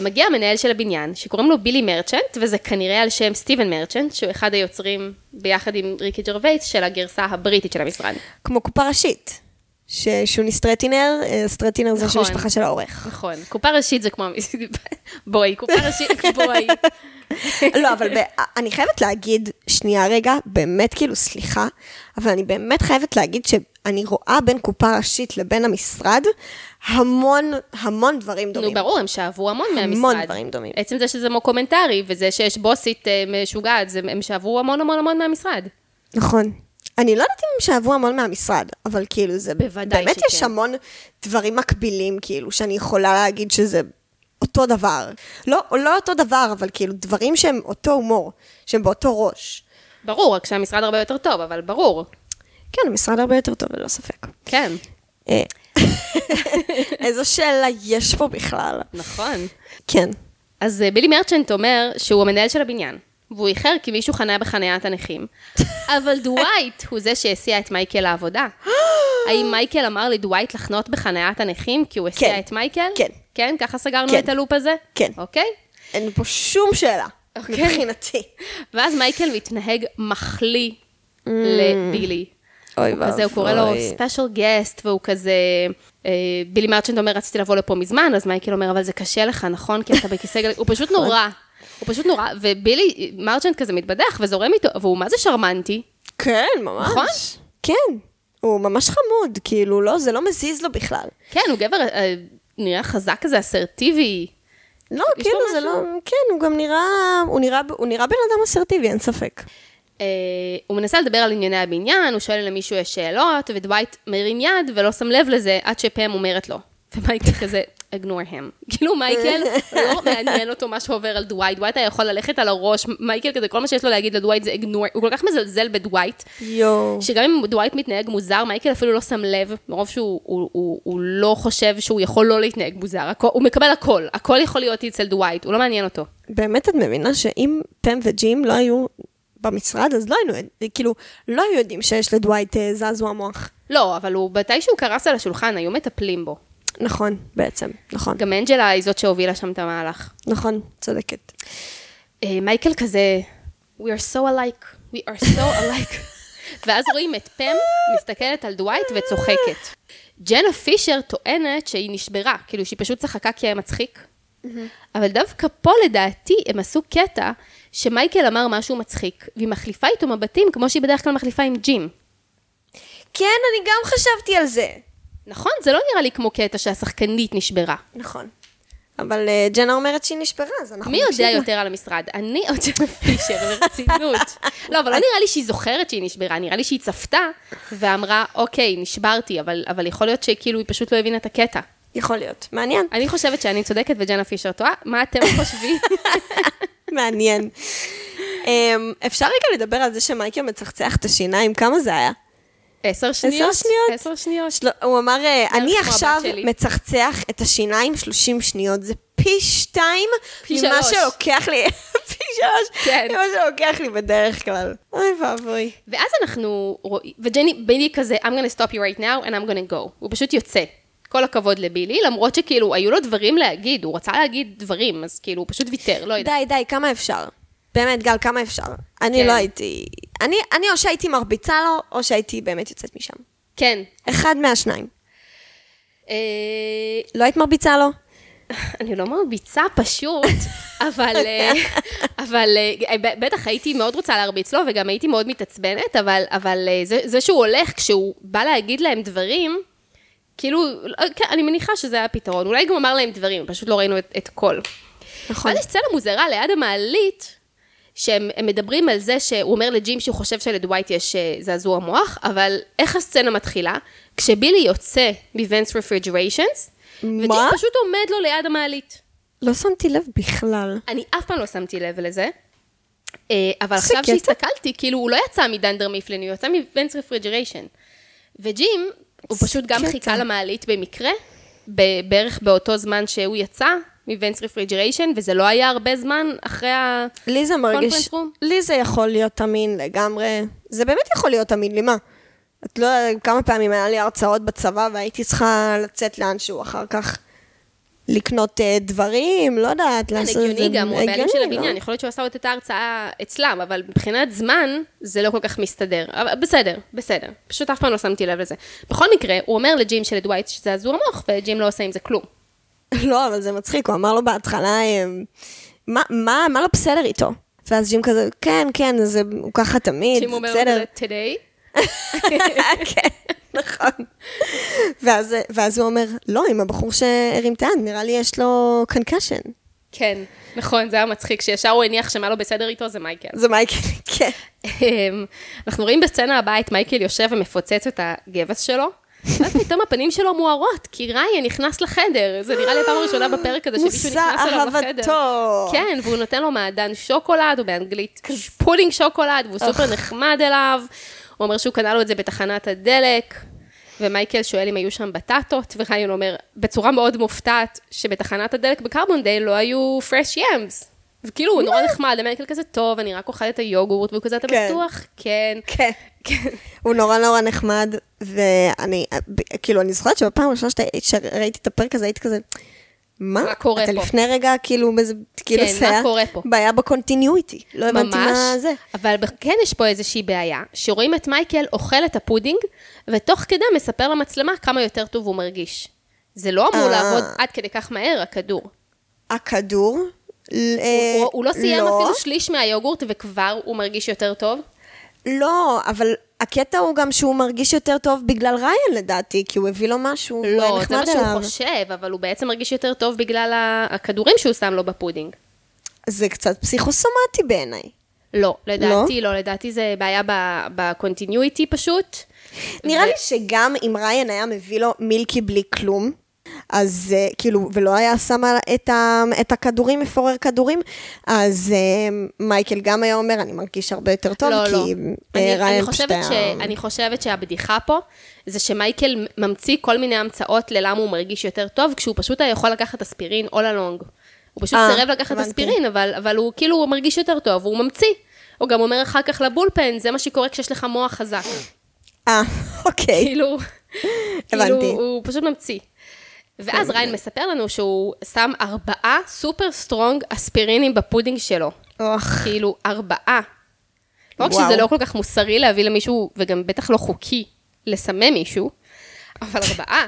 Speaker 1: מגיע המנהל של הבניין, שקוראים לו בילי מרצ'נט, וזה כנראה על שם סטיבן מרצ'נט, שהוא אחד היוצרים ביחד עם ריקי ג'רווייס של הגרסה הבריטית של המשרד.
Speaker 2: כמו קופה ראשית. ש- שוני סטרטינר, אה, סטרטינר זה של
Speaker 1: נכון.
Speaker 2: משפחה של העורך. [LAUGHS]
Speaker 1: נכון. קופה ראשית זה כמו... [LAUGHS] בואי, קופה ראשית,
Speaker 2: [LAUGHS]
Speaker 1: בואי.
Speaker 2: לא, אבל ב- [LAUGHS] אני חייבת להגיד, שנייה רגע, באמת כאילו, סליחה, אבל אני באמת חייבת להגיד שאני רואה בין קופה ראשית לבין המשרד המון, המון דברים
Speaker 1: נו,
Speaker 2: דומים.
Speaker 1: ברור, הם שאבו המון מהמשרד.
Speaker 2: דברים דומים.
Speaker 1: עצם זה שזה מוקומנטרי, וזה שיש בוסית אה, משוגעת, זה- הם שאבו המון המון המון מהמשרד.
Speaker 2: נכון. אני לא יודעת אם הם שאבו המון מהמשרד, אבל כאילו זה...
Speaker 1: בוודאי
Speaker 2: באמת
Speaker 1: שכן.
Speaker 2: יש המון דברים מקבילים, כאילו, שאני יכולה להגיד שזה אותו דבר. לא, לא אותו דבר, אבל כאילו, דברים שהם אותו הומור, שהם באותו ראש.
Speaker 1: ברור, רק שהמשרד הרבה יותר טוב, אבל ברור.
Speaker 2: כן, המשרד הרבה יותר טוב, ללא ספק.
Speaker 1: כן.
Speaker 2: אה. [LAUGHS] איזו שאלה יש פה בכלל?
Speaker 1: נכון.
Speaker 2: כן.
Speaker 1: אז אה, בילי מרצ'נט אומר שהוא המנהל של הבניין, והוא איחר כי מישהו חנה
Speaker 2: [LAUGHS]
Speaker 1: בחניית הנכים. אבל דווייט הוא זה שהסיע את
Speaker 2: [GASPS]
Speaker 1: מייקל לעבודה. האם מייקל אמר לדווייט לחנות בחניית הנכים כי הוא הסיע
Speaker 2: כן.
Speaker 1: את מייקל?
Speaker 2: כן.
Speaker 1: כן? ככה סגרנו
Speaker 2: כן.
Speaker 1: את הלופ הזה?
Speaker 2: כן.
Speaker 1: אוקיי?
Speaker 2: אין פה שום שאלה,
Speaker 1: אוקיי.
Speaker 2: מבחינתי.
Speaker 1: ואז מייקל מתנהג מחליא
Speaker 2: Mm.
Speaker 1: לבילי.
Speaker 2: אוי
Speaker 1: הוא כזה, הוא קורא לו ספיישל גסט, והוא כזה... אה, בילי מרצ'נט אומר, רציתי לבוא לפה מזמן, אז מייקל אומר, אבל זה קשה לך, נכון? כי אתה בכיסא גלגל... הוא פשוט נורא. הוא פשוט נורא, ובילי מרצ'נט כזה מתבדח וזורם איתו, והוא מה זה שרמנטי,
Speaker 2: כן, ממש.
Speaker 1: נכון?
Speaker 2: כן. הוא ממש חמוד, כאילו, לא, זה לא מזיז לו בכלל.
Speaker 1: כן, הוא גבר אה, נראה חזק כזה, אסרטיבי.
Speaker 2: לא,
Speaker 1: יש
Speaker 2: כאילו,
Speaker 1: לו
Speaker 2: זה לא... כן, הוא גם נראה... הוא נראה, הוא נראה בן אדם אסרטיבי, אין ספק.
Speaker 1: אה, הוא מנסה לדבר על ענייני הבניין, הוא שואל למישהו יש שאלות, ודווייט מרים יד ולא שם לב לזה עד שפם אומרת לו. ומייקל כזה, ignore him. כאילו מייקל, לא מעניין אותו מה שעובר על דווייט, דווייט היה יכול ללכת על הראש, מייקל כזה, כל מה שיש לו להגיד לדווייט זה ignore, הוא כל כך מזלזל בדווייט,
Speaker 2: יואו.
Speaker 1: שגם אם דווייט מתנהג מוזר, מייקל אפילו לא שם לב, מרוב שהוא הוא, הוא, הוא לא חושב שהוא יכול לא להתנהג מוזר, הכל, הוא מקבל הכל, הכל יכול להיות אצל דווייט, הוא לא מעניין אותו.
Speaker 2: באמת את מבינה שאם פם וג'ים לא היו במשרד, אז לא היינו, יודע- כאילו, לא היו יודעים שיש לדווייט אה, זזו המוח.
Speaker 1: לא, אבל הוא, מתי שהוא קרס על השולחן, היו מטפלים בו.
Speaker 2: נכון, בעצם, נכון.
Speaker 1: גם אנג'לה היא זאת שהובילה שם את המהלך.
Speaker 2: נכון, צודקת.
Speaker 1: אה, מייקל כזה, We are so alike, we are so alike. ואז רואים את פם מסתכלת על דווייט וצוחקת. ג'נה פישר טוענת שהיא נשברה, כאילו שהיא פשוט צחקה כי היה מצחיק. אבל דווקא פה לדעתי הם עשו קטע שמייקל אמר משהו מצחיק, והיא מחליפה איתו מבטים כמו שהיא בדרך כלל מחליפה עם ג'ים.
Speaker 2: כן, אני גם חשבתי על זה.
Speaker 1: נכון? זה לא נראה לי כמו קטע שהשחקנית נשברה.
Speaker 2: נכון. אבל אה, ג'נה אומרת שהיא נשברה, אז אנחנו...
Speaker 1: מי יודע
Speaker 2: נקשיב לה.
Speaker 1: יותר על המשרד? אני או ג'נה פישר, ברצינות. לא, אבל לא נראה לי שהיא זוכרת שהיא נשברה, נראה לי שהיא צפתה ואמרה, אוקיי, נשברתי, אבל, אבל יכול להיות שכאילו היא פשוט לא הבינה את הקטע.
Speaker 2: יכול להיות. מעניין. [LAUGHS]
Speaker 1: אני חושבת שאני צודקת וג'נה פישר טועה, מה אתם [LAUGHS] חושבים?
Speaker 2: מעניין. אמ, אפשר רגע לדבר על זה שמייקל מצחצח את השיניים? כמה זה היה?
Speaker 1: עשר שניות?
Speaker 2: שניות?
Speaker 1: עשר שניות.
Speaker 2: של... הוא אמר, אה, אני
Speaker 1: כמו הבת
Speaker 2: עכשיו
Speaker 1: שלי."
Speaker 2: מצחצח את השיניים 30 שניות, זה פי שתיים
Speaker 1: פי
Speaker 2: ממה
Speaker 1: שלוש.
Speaker 2: שלוקח לי, [LAUGHS] פי שלוש,
Speaker 1: כן.
Speaker 2: ממה שלוקח לי בדרך כלל. אוי ואבוי.
Speaker 1: ואז אנחנו רואים, וג'ני, בילי כזה, I'm gonna stop you right now and I'm gonna go. הוא פשוט יוצא. כל הכבוד לבילי, למרות שכאילו, היו לו דברים להגיד, הוא רצה להגיד דברים, אז כאילו, הוא פשוט ויתר, לא יודעת.
Speaker 2: די, די, כמה אפשר? באמת, גל, כמה אפשר? אני
Speaker 1: כן.
Speaker 2: לא הייתי... אני, אני או שהייתי מרביצה לו, או שהייתי באמת יוצאת משם.
Speaker 1: כן.
Speaker 2: אחד מהשניים.
Speaker 1: אה,
Speaker 2: לא היית מרביצה לו?
Speaker 1: אני לא מרביצה פשוט,
Speaker 2: [LAUGHS]
Speaker 1: אבל, אה, אבל אה, ב- בטח הייתי מאוד רוצה להרביץ לו, וגם הייתי מאוד מתעצבנת, אבל, אבל אה, זה, זה שהוא הולך, כשהוא בא להגיד להם דברים, כאילו, לא- כן, אני מניחה שזה היה הפתרון. אולי גם אמר להם דברים, פשוט לא ראינו את, את הכל.
Speaker 2: נכון.
Speaker 1: ואז יש סצנה מוזרה ליד המעלית, שהם הם מדברים על זה שהוא אומר לג'ים שהוא חושב שלדווייט יש אה, זעזוע מוח, אבל איך הסצנה מתחילה? כשבילי יוצא מ-Vents Refrigerations,
Speaker 2: מה?
Speaker 1: וג'ים פשוט עומד לו ליד המעלית.
Speaker 2: לא שמתי לב בכלל.
Speaker 1: אני אף פעם לא שמתי לב לזה. אה, אבל
Speaker 2: איזה
Speaker 1: עכשיו
Speaker 2: קטע.
Speaker 1: שהסתכלתי, כאילו, הוא לא יצא מדנדר מיפלין, הוא יצא מוונס רפריג'ריישן. וג'ים, הוא
Speaker 2: איזה
Speaker 1: פשוט גם
Speaker 2: קטע.
Speaker 1: חיכה למעלית במקרה, ב- בערך באותו זמן שהוא יצא מוונס רפריג'ריישן, וזה לא היה הרבה זמן אחרי ה...
Speaker 2: לי זה מרגיש,
Speaker 1: Conference room?
Speaker 2: לי זה יכול להיות אמין לגמרי. זה באמת יכול להיות אמין, לי מה? את לא יודעת כמה פעמים היה לי הרצאות בצבא והייתי צריכה לצאת לאנשהו אחר כך לקנות אה, דברים, לא יודעת,
Speaker 1: כן,
Speaker 2: לעשות את זה.
Speaker 1: הגיוני גם, הוא הבעלים של
Speaker 2: הגיוני, לא?
Speaker 1: הבניין, יכול להיות שהוא עשה את ההרצאה אצלם, אבל מבחינת זמן, זה לא כל כך מסתדר. אבל בסדר, בסדר. פשוט אף פעם לא שמתי לב לזה. בכל מקרה, הוא אומר לג'ים שלדווייט שזה הזו המוח, וג'ים לא עושה עם זה כלום.
Speaker 2: [LAUGHS] לא, אבל זה מצחיק, הוא אמר לו בהתחלה, אה, מה, מה, מה לא בסדר איתו? ואז ג'ים כזה, כן, כן, אז זה, הוא ככה תמיד,
Speaker 1: ג'ים
Speaker 2: זה
Speaker 1: אומר לו
Speaker 2: בסדר.
Speaker 1: כזה, today,
Speaker 2: כן, נכון. ואז, ואז הוא אומר, לא, עם הבחור שהרים את היד, נראה לי יש לו קנקשן.
Speaker 1: כן, נכון, זה היה מצחיק, שישר הוא הניח שמה לא בסדר איתו זה מייקל.
Speaker 2: זה מייקל, כן.
Speaker 1: אמ, אנחנו רואים בסצנה הבאה את מייקל יושב ומפוצץ את הגבס שלו, ואז פתאום הפנים שלו מוארות, כי ריין נכנס לחדר, זה נראה לי הפעם הראשונה בפרק הזה שמישהו
Speaker 2: מושא
Speaker 1: נכנס אליו לחדר.
Speaker 2: אהבתו.
Speaker 1: כן, והוא נותן לו מעדן שוקולד, הוא באנגלית פודינג שוקולד, והוא סופר נחמד אליו, הוא אומר שהוא קנה לו את זה בתחנת הדלק. ומייקל שואל אם היו שם בטטות, וריין אומר, בצורה מאוד מופתעת, שבתחנת הדלק בקרבונדייל לא היו fresh yams. וכאילו, הוא נורא נחמד, ומייקל כזה, טוב, אני רק אוכל את היוגורט, והוא כזה, אתה
Speaker 2: כן.
Speaker 1: בטוח? כן.
Speaker 2: כן.
Speaker 1: כן.
Speaker 2: הוא נורא נורא נחמד, ואני, ב- כאילו, אני זוכרת שבפעם הראשונה שת- שראיתי את הפרק הזה, הייתי כזה, מה?
Speaker 1: מה קורה
Speaker 2: אתה
Speaker 1: פה?"
Speaker 2: לפני רגע, כאילו, באיזה, כאילו,
Speaker 1: כן,
Speaker 2: זה
Speaker 1: מה
Speaker 2: היה
Speaker 1: קורה פה?
Speaker 2: בעיה בקונטיניויטי. לא הבנתי מה זה.
Speaker 1: אבל ב- כן יש פה איזושהי בעיה, שרואים את מייקל אוכל את הפודינג, ותוך כדי מספר למצלמה כמה יותר טוב הוא מרגיש. זה לא אמור
Speaker 2: אה.
Speaker 1: לעבוד עד כדי כך מהר, הכדור.
Speaker 2: הכדור? ל- אה,
Speaker 1: הוא- הוא לא סיים
Speaker 2: לא.
Speaker 1: אפילו שליש מהיוגורט, וכבר הוא מרגיש יותר טוב.
Speaker 2: לא, אבל הקטע הוא גם שהוא מרגיש יותר טוב בגלל ריין לדעתי, כי הוא הביא לו משהו הוא היה
Speaker 1: לא, זה
Speaker 2: נחמד
Speaker 1: מה שהוא
Speaker 2: אליו.
Speaker 1: חושב, אבל הוא בעצם מרגיש יותר טוב בגלל ה- הכדורים שהוא שם לו בפודינג.
Speaker 2: זה קצת פסיכוסומטי בעיניי.
Speaker 1: לא, לדעתי לא, לדעתי זה בעיה בקונטיניויטי פשוט.
Speaker 2: נראה לי שגם אם ריין היה מביא לו מילקי בלי כלום, אז אה, כאילו, ולא היה שם על- את, ה, את הכדורים, מפורר כדורים, אז אה, מייקל גם היה אומר, אני מרגיש הרבה יותר טוב,
Speaker 1: לא,
Speaker 2: כי
Speaker 1: לא.
Speaker 2: אה,
Speaker 1: אני- אני
Speaker 2: ריין
Speaker 1: חושבת
Speaker 2: פשוט היה...
Speaker 1: ש- אני חושבת שהבדיחה פה, זה שמייקל ממציא כל מיני המצאות ללמה הוא מרגיש יותר טוב, כשהוא פשוט היה יכול לקחת אספירין all along. הוא פשוט
Speaker 2: אה,
Speaker 1: סירב לקחת
Speaker 2: הבנתי.
Speaker 1: אספירין, אבל, אבל הוא כאילו הוא מרגיש יותר טוב, הוא ממציא. הוא גם אומר אחר כך לבולפן, זה מה שקורה כשיש לך מוח
Speaker 2: [LAUGHS]
Speaker 1: חזק.
Speaker 2: אה,
Speaker 1: [LAUGHS]
Speaker 2: אוקיי.
Speaker 1: כאילו, כאילו,
Speaker 2: הבנתי.
Speaker 1: הוא פשוט ממציא. ואז ריין מספר לנו שהוא שם ארבעה סופר סטרונג אספירינים בפודינג שלו.
Speaker 2: אוח.
Speaker 1: כאילו, ארבעה. לא רק
Speaker 2: וואו.
Speaker 1: שזה לא כל כך מוסרי להביא למישהו, וגם בטח לא חוקי, לסמם מישהו,
Speaker 2: [LAUGHS]
Speaker 1: אבל ארבעה.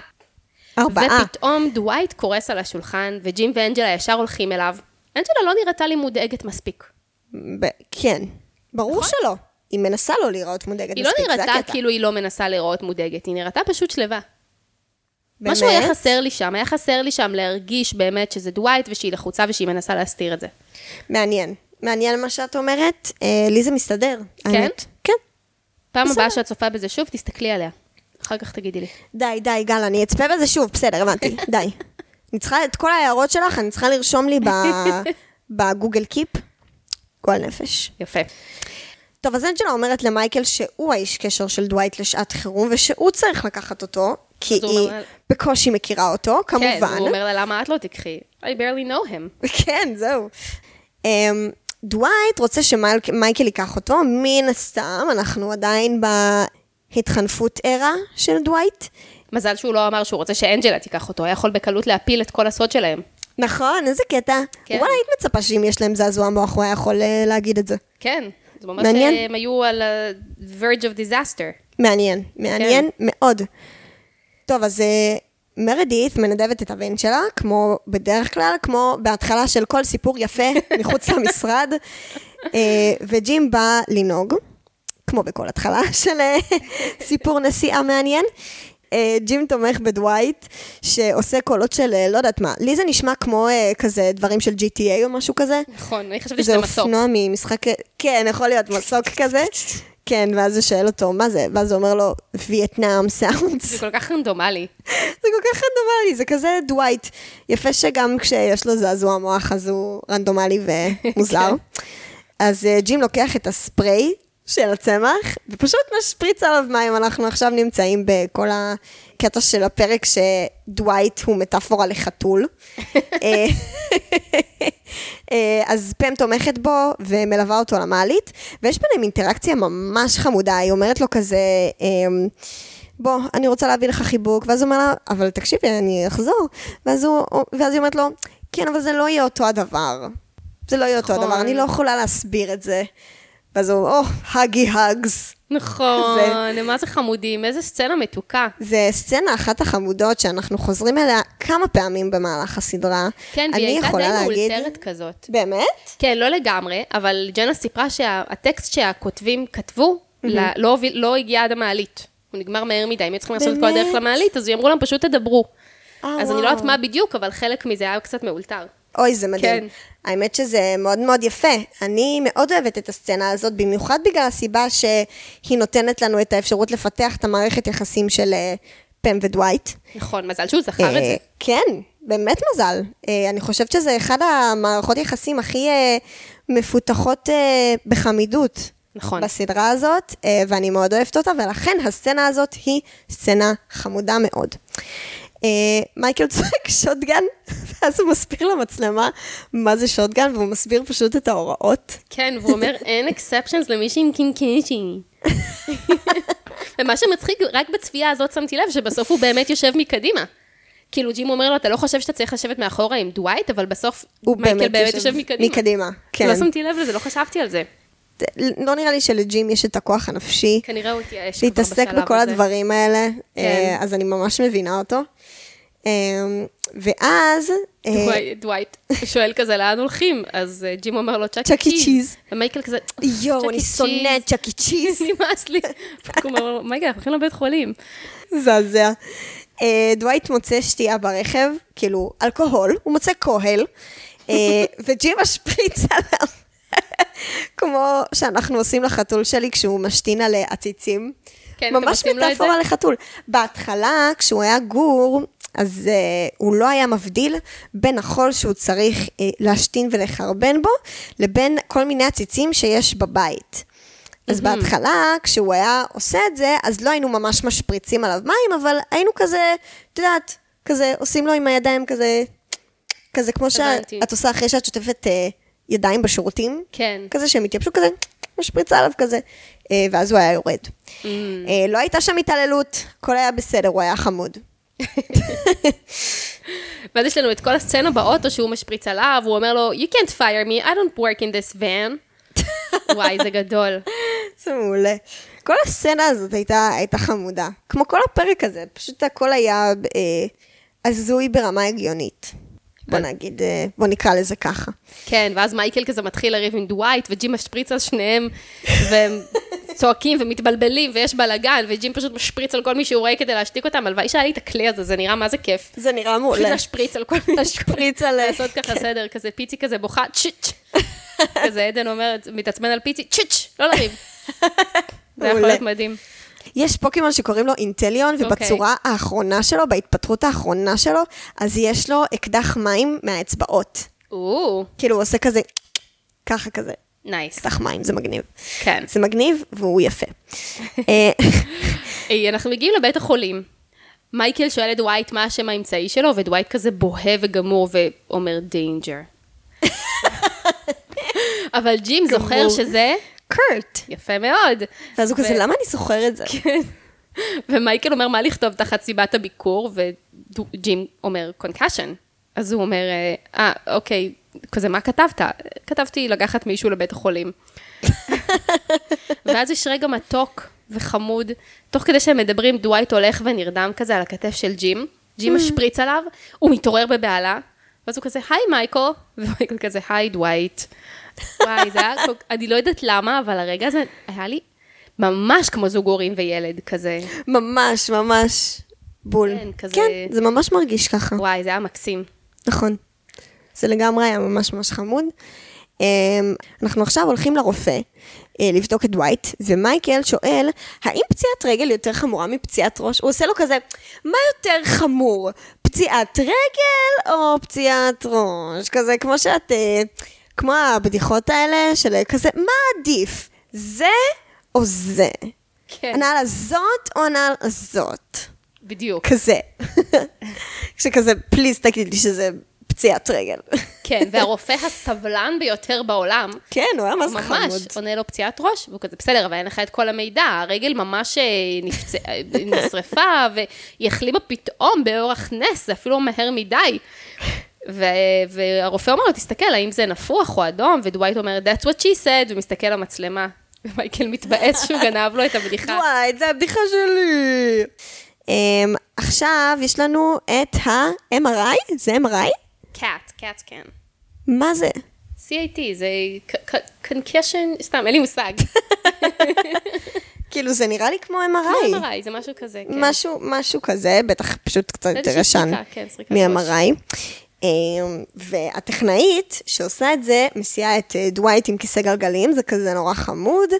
Speaker 2: ארבעה.
Speaker 1: ופתאום דווייט קורס על השולחן, וג'ים ואנג'לה ישר הולכים אליו. אנג'לה לא נראתה לי מודאגת מספיק.
Speaker 2: ב- כן. ברור שלא. היא מנסה לא להיראות מודאגת
Speaker 1: נכון. היא לא
Speaker 2: מספיק, זה
Speaker 1: נראתה
Speaker 2: הקטע.
Speaker 1: כאילו היא לא מנסה להיראות מודאגת, היא נראתה פשוט שלווה.
Speaker 2: באמת?
Speaker 1: משהו היה חסר לי שם, היה חסר לי שם להרגיש באמת שזה דווייט ושהיא לחוצה ושהיא מנסה להסתיר את זה.
Speaker 2: מעניין. מעניין מה שאת אומרת. אה, לי זה מסתדר. האמת. כן.
Speaker 1: פעם
Speaker 2: בסדר.
Speaker 1: הבאה שאת צופה בזה שוב, תסתכלי עליה. אחר כך תגידי לי.
Speaker 2: די, די, גל, אני אצפה בזה שוב, בסדר,
Speaker 1: [LAUGHS]
Speaker 2: הבנתי, די. אני צריכה את כל ההערות שלך, אני צריכה לרשום
Speaker 1: [LAUGHS]
Speaker 2: לי ב- בגוגל קיפ. גועל נפש.
Speaker 1: יפה.
Speaker 2: טוב, אז אנג'לה אומרת למייקל שהוא האיש קשר של דווייט לשעת חירום, ושהוא צריך לקחת אותו, כי
Speaker 1: אז הוא
Speaker 2: היא
Speaker 1: אומר לה-
Speaker 2: בקושי מכירה אותו, כמובן.
Speaker 1: כן, הוא אומר לה, למה את לא תיקחי? I barely know him.
Speaker 2: [LAUGHS] כן, זהו. Um, דווייט רוצה שמייקל ייקח אותו, מן הסתם, אנחנו עדיין בהתחנפות ערה של דווייט.
Speaker 1: מזל שהוא לא אמר שהוא רוצה שאנג'לה תיקח אותו, היה יכול בקלות להפיל את כל הסוד שלהם.
Speaker 2: נכון, איזה קטע.
Speaker 1: כן.
Speaker 2: וואלה, היית מצפה שאם יש להם זעזוע מוח, הוא היה יכול אה, להגיד את זה.
Speaker 1: כן, זה ממש
Speaker 2: מעניין.
Speaker 1: הם היו על ה-verge of disaster.
Speaker 2: מעניין, מעניין מאוד. טוב, אז אה, מרדית מנדבת את הבן שלה, כמו בדרך כלל, כמו בהתחלה של כל סיפור יפה מחוץ למשרד, אה, וג'ים בא לנהוג, כמו בכל התחלה [LAUGHS] של אה, סיפור נסיעה מעניין. אה, ג'ים תומך בדווייט, שעושה קולות של, אה, לא יודעת מה, לי זה נשמע כמו אה, כזה דברים של GTA או משהו כזה.
Speaker 1: נכון, אני חשבתי
Speaker 2: זה
Speaker 1: שזה מסוק.
Speaker 2: אופנוע ממשחק, כן, יכול להיות מסוק כזה. כן, ואז הוא שואל אותו, מה זה? ואז הוא אומר לו, וייטנאם סאונדס.
Speaker 1: זה כל כך רנדומלי.
Speaker 2: זה כל כך רנדומלי, זה כזה דווייט. יפה שגם כשיש לו זעזוע מוח, אז הוא רנדומלי ומוזר. אז אה, ג'ים לוקח את הספרי של הצמח, ופשוט משפריץ עליו מים. אנחנו עכשיו נמצאים בכל הקטע של הפרק שדווייט הוא מטאפורה לחתול. אה, אה, אז פם תומכת בו ומלווה אותו למעלית, ויש ביניהם אינטראקציה ממש חמודה, היא אומרת לו כזה, אמ, בוא, אני רוצה להביא לך חיבוק, ואז הוא אומר לה, אבל תקשיבי, אני אחזור, ואז, הוא, ואז היא אומרת לו, כן, אבל זה לא יהיה אותו הדבר. זה לא יהיה אותו
Speaker 1: נכון.
Speaker 2: הדבר, אני לא יכולה להסביר את זה. ואז הוא, או, הגי הגס.
Speaker 1: נכון, מה זה חמודים, איזה סצנה מתוקה.
Speaker 2: זה סצנה אחת החמודות שאנחנו חוזרים אליה כמה פעמים במהלך הסדרה.
Speaker 1: כן, והיא
Speaker 2: אני
Speaker 1: הייתה די
Speaker 2: יכולה להגיד-
Speaker 1: מאולתרת כזאת.
Speaker 2: באמת?
Speaker 1: כן, לא לגמרי, אבל ג'נה סיפרה שהטקסט שהכותבים כתבו, ל- לא הוביל- לא הגיע עד המעלית. הוא נגמר מהר מדי, הם היו צריכים לעשות את כל
Speaker 2: באמת?
Speaker 1: הדרך למעלית, אז אמרו להם, פשוט תדברו.
Speaker 2: אה,
Speaker 1: אז אני לא יודעת
Speaker 2: וואו.
Speaker 1: מה בדיוק, אבל חלק מזה היה קצת מאולתר.
Speaker 2: אוי, זה מדהים.
Speaker 1: כן.
Speaker 2: כן. האמת שזה מאוד מאוד יפה. אני מאוד אוהבת את הסצנה הזאת, במיוחד בגלל הסיבה שהיא נותנת לנו את האפשרות לפתח את המערכת יחסים של אה, פם ודווייט.
Speaker 1: נכון, מזל שהוא זכר את
Speaker 2: אה,
Speaker 1: זה.
Speaker 2: כן, באמת מזל. אה, אני חושבת שזה אחד המערכות יחסים הכי אה, מפותחות אה, בחמידות.
Speaker 1: נכון.
Speaker 2: בסדרה הזאת, אה, ואני מאוד אוהבת אותה, ולכן הסצנה הזאת היא סצנה חמודה מאוד. אה, מייקל צועק שוטגן, [LAUGHS] ואז הוא מסביר למצלמה מה זה שוטגן, והוא מסביר פשוט את ההוראות.
Speaker 1: כן, והוא
Speaker 2: [LAUGHS]
Speaker 1: אומר, אין אקספשנס למישהי עם קינקיצ'י. ומה שמצחיק, רק בצפייה הזאת שמתי לב שבסוף הוא באמת יושב מקדימה. כאילו ג'ים אומר לו, אתה לא חושב שאתה צריך לשבת מאחורה עם דווייט, אבל בסוף
Speaker 2: הוא
Speaker 1: מייקל באמת יושב מקדימה.
Speaker 2: מקדימה, כן.
Speaker 1: לא שמתי לב לזה, לא חשבתי על זה.
Speaker 2: לא נראה לי שלג'ים יש את הכוח הנפשי.
Speaker 1: כנראה הוא התייאש כבר בשלב הזה.
Speaker 2: להתעסק בכל הדברים האלה,
Speaker 1: כן.
Speaker 2: אה, אז אני ממש מבינה אותו. אמ, ואז... אה,
Speaker 1: וואי, דווייט שואל כזה לאן הולכים, אז אה, ג'ים אומר לו צ'אקי
Speaker 2: צ'אק אי
Speaker 1: צ'יז.
Speaker 2: צ'יז.
Speaker 1: ומייקל כזה,
Speaker 2: יואו, אני
Speaker 1: צ'יז.
Speaker 2: שונאת צ'אק אי צ'יז.
Speaker 1: [LAUGHS] נמאס לי. הוא אומר לו, מייקל, אנחנו הולכים לבית חולים.
Speaker 2: מזעזע. אה, דווייט מוצא שתייה ברכב, כאילו, אלכוהול, הוא מוצא כהל,
Speaker 1: [LAUGHS]
Speaker 2: אה, וג'י משפריץ עליו, [LAUGHS] כמו שאנחנו עושים לחתול שלי כשהוא משתין על אה, עציצים.
Speaker 1: כן, אתם
Speaker 2: ממש
Speaker 1: עושים לו את זה?
Speaker 2: מטאפורה לחתול. בהתחלה, כשהוא היה גור, אז uh, הוא לא היה מבדיל בין החול שהוא צריך uh, להשתין ולחרבן בו, לבין כל מיני עציצים שיש בבית. אז בהתחלה, כשהוא היה עושה את זה, אז לא היינו ממש משפריצים עליו מים, אבל היינו כזה, את יודעת, כזה עושים לו עם הידיים כזה, כזה כמו
Speaker 1: הבנתי.
Speaker 2: שאת עושה אחרי שאת שוטפת אה, ידיים בשירותים.
Speaker 1: כן.
Speaker 2: כזה שהם התייבשו כזה, משפריצה עליו כזה, אה, ואז הוא היה יורד. אה, לא הייתה שם התעללות, הכל היה בסדר, הוא היה חמוד.
Speaker 1: ואז יש לנו את כל הסצנה באוטו שהוא משפריץ עליו, הוא אומר לו, You can't fire me, I don't work in this van. וואי, זה גדול.
Speaker 2: זה מעולה. כל הסצנה הזאת הייתה, הייתה חמודה. כמו כל הפרק הזה, פשוט הכל היה אה, הזוי ברמה הגיונית. בוא נגיד, אה, בוא נקרא לזה ככה.
Speaker 1: כן, ואז מייקל כזה מתחיל לריב עם דווייט, וג'ים משפריץ על שניהם, והם צועקים ומתבלבלים, ויש בלאגן, וג'ים פשוט משפריץ על כל מי שהוא רואה כדי להשתיק אותם, הלוואי שהיה לי את הכלי הזה, זה נראה מה זה כיף.
Speaker 2: זה נראה
Speaker 1: פשוט
Speaker 2: מעולה.
Speaker 1: להשפריץ על כל מי
Speaker 2: להשפריץ על... כן.
Speaker 1: לעשות ככה סדר, כזה פיצי כזה בוכה, צ'יץ'. כזה עדן אומרת, מתעצבן על פיצי, צ'יץ', לא
Speaker 2: [LAUGHS]
Speaker 1: לריב. זה יכול
Speaker 2: מעולה.
Speaker 1: להיות מדהים.
Speaker 2: יש פוקימון שקוראים לו אינטליון, ובצורה האחרונה שלו, בהתפתחות האחרונה שלו, אז יש לו אקדח מים מהאצבעות.
Speaker 1: או,
Speaker 2: כאילו הוא עושה כזה, ככה כזה,
Speaker 1: נייס.
Speaker 2: סך מים, זה מגניב.
Speaker 1: כן.
Speaker 2: זה מגניב והוא [LAUGHS] יפה. אה, [LAUGHS]
Speaker 1: היי, אה, אנחנו מגיעים לבית החולים. מייקל שואל את דווייט מה השם האמצעי שלו, ודווייט כזה בוהה וגמור ואומר דיינג'ר. אבל ג'ים זוכר
Speaker 2: גמור.
Speaker 1: שזה
Speaker 2: קורט.
Speaker 1: יפה מאוד.
Speaker 2: ואז הוא כזה,
Speaker 1: ו-
Speaker 2: למה אני זוכר את זה?
Speaker 1: ומייקל אומר מה לכתוב תחת סיבת הביקור, וג'ים אומר קונקשן. אז הוא אומר, אה, אה, אוקיי, כזה, מה כתבת? כתבתי לקחת מישהו לבית החולים. ואז יש רגע מתוק וחמוד, תוך כדי שהם מדברים, דווייט הולך ונרדם כזה על הכתף של ג'ים, ג'ים משפריץ עליו, הוא מתעורר בבהלה, ואז הוא כזה, היי מייקל, ומייקל כזה, היי דווייט. וואי, זה היה, כל- אני לא יודעת למה, אבל הרגע הזה היה לי ממש כמו זוג הורים וילד כזה.
Speaker 2: ממש, ממש בול.
Speaker 1: כן, כזה-
Speaker 2: כן, זה ממש מרגיש ככה.
Speaker 1: וואי, זה היה מקסים.
Speaker 2: נכון. זה לגמרי היה ממש ממש חמוד. אמ, אנחנו עכשיו הולכים לרופא אה, לבדוק את דווייט, ומייקל שואל, האם פציעת רגל יותר חמורה מפציעת ראש? הוא עושה לו כזה, מה יותר חמור, פציעת רגל או פציעת ראש? כזה, כמו שאת, אה, כמו הבדיחות האלה של אה, כזה, מה עדיף, זה או זה?
Speaker 1: כן.
Speaker 2: הנעל הזאת או הנעל הזאת?
Speaker 1: בדיוק.
Speaker 2: כזה. [LAUGHS] שכזה, פליז תגיד לי שזה פציעת רגל.
Speaker 1: כן, והרופא הסבלן ביותר בעולם,
Speaker 2: [LAUGHS] כן, הוא היה מה זה
Speaker 1: ממש
Speaker 2: חמוד.
Speaker 1: עונה לו פציעת ראש, והוא כזה, בסדר, אבל אין לך את כל המידע, הרגל ממש אה, נפצ... אה, [LAUGHS] נשרפה, והיא החלימה פתאום באורח נס, זה אפילו לא מהר מדי. ו... והרופא אומר לו, תסתכל, האם זה נפוח או אדום, ודווייט אומר, that's what she said, ומסתכל למצלמה. ומייקל מתבאס שהוא גנב לו את [LAUGHS] הבדיחה.
Speaker 2: וואי, זה הבדיחה שלי. אמ, עכשיו יש לנו את ה-MRI, זה MRI?
Speaker 1: cat, cat כן. can.
Speaker 2: מה זה?
Speaker 1: CAT, זה ק- ק- concussion, סתם, אין לי מושג.
Speaker 2: כאילו, זה נראה לי כמו MRI.
Speaker 1: MRI, זה משהו כזה, כן.
Speaker 2: משהו, משהו כזה, בטח פשוט קצת יותר
Speaker 1: איזושהי
Speaker 2: ישן
Speaker 1: סריקה, כן, סריקת
Speaker 2: מ-MRI. אמ, והטכנאית שעושה את זה, מסיעה את אה, דווייט עם כיסא גלגלים, זה כזה נורא חמוד,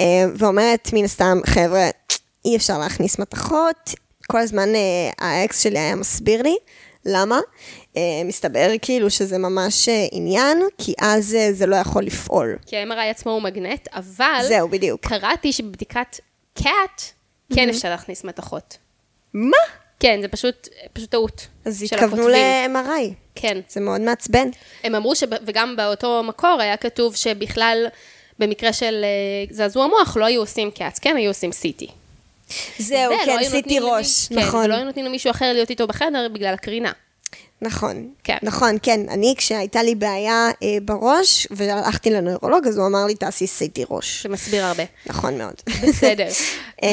Speaker 2: אה, ואומרת מן הסתם, חבר'ה, אי אפשר להכניס מתכות, כל הזמן אה, האקס שלי היה מסביר לי. למה? אה, מסתבר כאילו שזה ממש אה, עניין, כי אז אה, זה לא יכול לפעול.
Speaker 1: כי ה-MRI עצמו הוא מגנט, אבל...
Speaker 2: זהו, בדיוק. Mm-hmm.
Speaker 1: קראתי שבבדיקת קאט, כן אפשר להכניס מתכות.
Speaker 2: מה?
Speaker 1: כן, זה פשוט, פשוט טעות
Speaker 2: אז
Speaker 1: של
Speaker 2: התכוונו
Speaker 1: הכותבים.
Speaker 2: ל-MRI.
Speaker 1: כן.
Speaker 2: זה מאוד מעצבן.
Speaker 1: הם אמרו, שב, וגם באותו מקור היה כתוב שבכלל, במקרה של אה, זעזוע מוח, לא היו עושים קאט, כן היו עושים CT.
Speaker 2: זהו,
Speaker 1: ולא
Speaker 2: כן,
Speaker 1: לא היו
Speaker 2: עשיתי
Speaker 1: נותנים למי-
Speaker 2: ראש,
Speaker 1: כן,
Speaker 2: נכון.
Speaker 1: ולא היו נותנים למישהו אחר להיות איתו בחדר בגלל הקרינה.
Speaker 2: נכון,
Speaker 1: כן.
Speaker 2: נכון, כן. אני, כשהייתה לי בעיה אה, בראש, והלכתי לנוירולוג, אז הוא אמר לי, תעשי CT ראש. [LAUGHS]
Speaker 1: שמסביר הרבה.
Speaker 2: נכון מאוד.
Speaker 1: [LAUGHS] בסדר.
Speaker 2: אמ,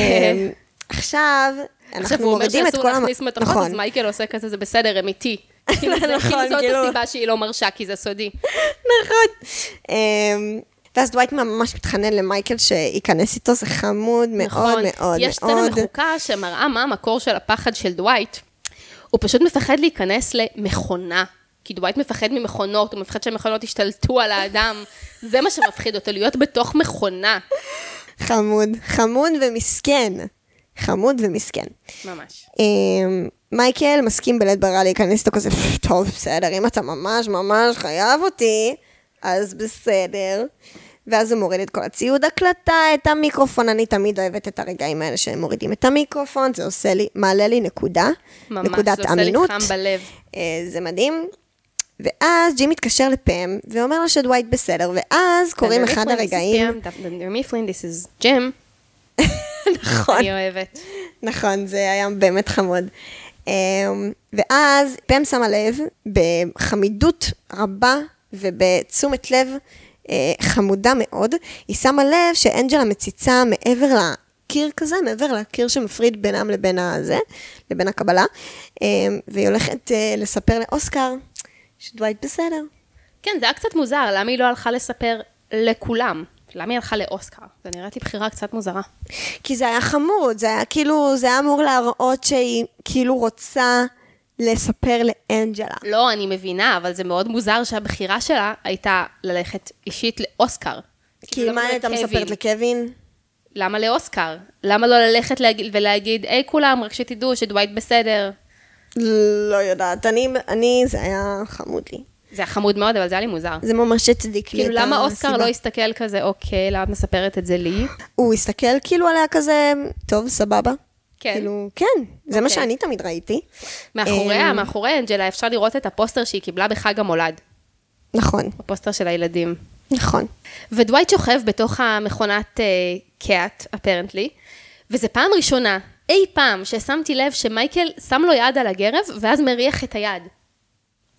Speaker 2: עכשיו,
Speaker 1: עכשיו,
Speaker 2: אנחנו
Speaker 1: הוא אומר
Speaker 2: מורידים את
Speaker 1: שאסור
Speaker 2: כל המ...
Speaker 1: להכניס מתכות, אז מייקל עושה כזה, זה
Speaker 2: [LAUGHS]
Speaker 1: בסדר, אמיתי. כאילו, זה-
Speaker 2: נכון,
Speaker 1: כאילו זאת
Speaker 2: כאילו-
Speaker 1: הסיבה שהיא לא מרשה, כי זה סודי.
Speaker 2: נכון. אמ, ואז דווייט ממש מתחנן למייקל שייכנס איתו, זה חמוד מאוד
Speaker 1: נכון.
Speaker 2: מאוד מאוד.
Speaker 1: יש סצנה מחוקה שמראה מה המקור של הפחד של דווייט. הוא פשוט מפחד להיכנס למכונה. כי דווייט מפחד ממכונות, הוא מפחד שהמכונות ישתלטו על האדם. זה מה שמפחיד אותו, להיות בתוך מכונה.
Speaker 2: חמוד, חמוד ומסכן. חמוד ומסכן.
Speaker 1: ממש.
Speaker 2: אמ, מייקל מסכים בלית ברירה להיכנס איתו כזה, [LAUGHS] "פפ, טוב, בסדר, אם אתה ממש ממש חייב אותי, אז בסדר. ואז הוא מוריד את כל הציוד הקלטה, את המיקרופון, אני תמיד אוהבת את הרגעים האלה שהם מורידים את המיקרופון, זה עושה לי, מעלה לי נקודה,
Speaker 1: ממש,
Speaker 2: נקודת
Speaker 1: זה עושה לי
Speaker 2: אמינות.
Speaker 1: חם בלב.
Speaker 2: אה, זה מדהים. ואז ג'י מתקשר לפם, ואומר לה שדווייט בסדר, ואז קוראים
Speaker 1: Then the
Speaker 2: אחד
Speaker 1: Mifflin, this is
Speaker 2: הרגעים,
Speaker 1: Pam, the- the Mifflin, this is Jim,
Speaker 2: [LAUGHS] נכון,
Speaker 1: אני אוהבת.
Speaker 2: נכון, זה היה באמת חמוד. אמ, ואז פם שמה לב, בחמידות רבה ובתשומת לב אה, חמודה מאוד, היא שמה לב שאנג'לה מציצה מעבר לקיר כזה, מעבר לקיר שמפריד בינם לבין הזה, לבין הקבלה, אמ, והיא הולכת אה, לספר לאוסקר שדווייט בסדר.
Speaker 1: כן, זה היה קצת מוזר, למה היא לא הלכה לספר לכולם? למה היא הלכה לאוסקר? זה נראית לי בחירה קצת מוזרה.
Speaker 2: כי זה היה חמוד, זה היה כאילו, זה היה אמור להראות שהיא כאילו רוצה לספר לאנג'לה.
Speaker 1: לא, אני מבינה, אבל זה מאוד מוזר שהבחירה שלה הייתה ללכת אישית לאוסקר.
Speaker 2: כי מה
Speaker 1: למה
Speaker 2: הייתה
Speaker 1: לקווין?
Speaker 2: מספרת לקווין?
Speaker 1: למה לאוסקר? למה לא ללכת להגיד- ולהגיד, היי כולם, רק שתדעו שדווייט בסדר.
Speaker 2: לא יודעת, אני, אני, זה היה חמוד לי.
Speaker 1: זה היה חמוד מאוד, אבל זה היה לי מוזר.
Speaker 2: זה ממש הצדיק לי
Speaker 1: כאילו,
Speaker 2: את
Speaker 1: למה אוסקר
Speaker 2: הסיבה.
Speaker 1: לא הסתכל כזה, אוקיי, למה את מספרת את זה לי?
Speaker 2: הוא הסתכל כאילו עליה כזה, טוב, סבבה.
Speaker 1: כן.
Speaker 2: כאילו, כן, זה מה
Speaker 1: אוקיי.
Speaker 2: שאני תמיד ראיתי.
Speaker 1: מאחוריה,
Speaker 2: אה,
Speaker 1: מאחורי אנג'לה, אפשר לראות את הפוסטר שהיא קיבלה בחג המולד.
Speaker 2: נכון,
Speaker 1: הפוסטר של הילדים.
Speaker 2: נכון.
Speaker 1: ודווייט שוכב בתוך המכונת אה, קאט, אפרנטלי, וזה פעם ראשונה, אי פעם, ששמתי לב שמייקל שם לו יד על הגרב, ואז מריח את היד.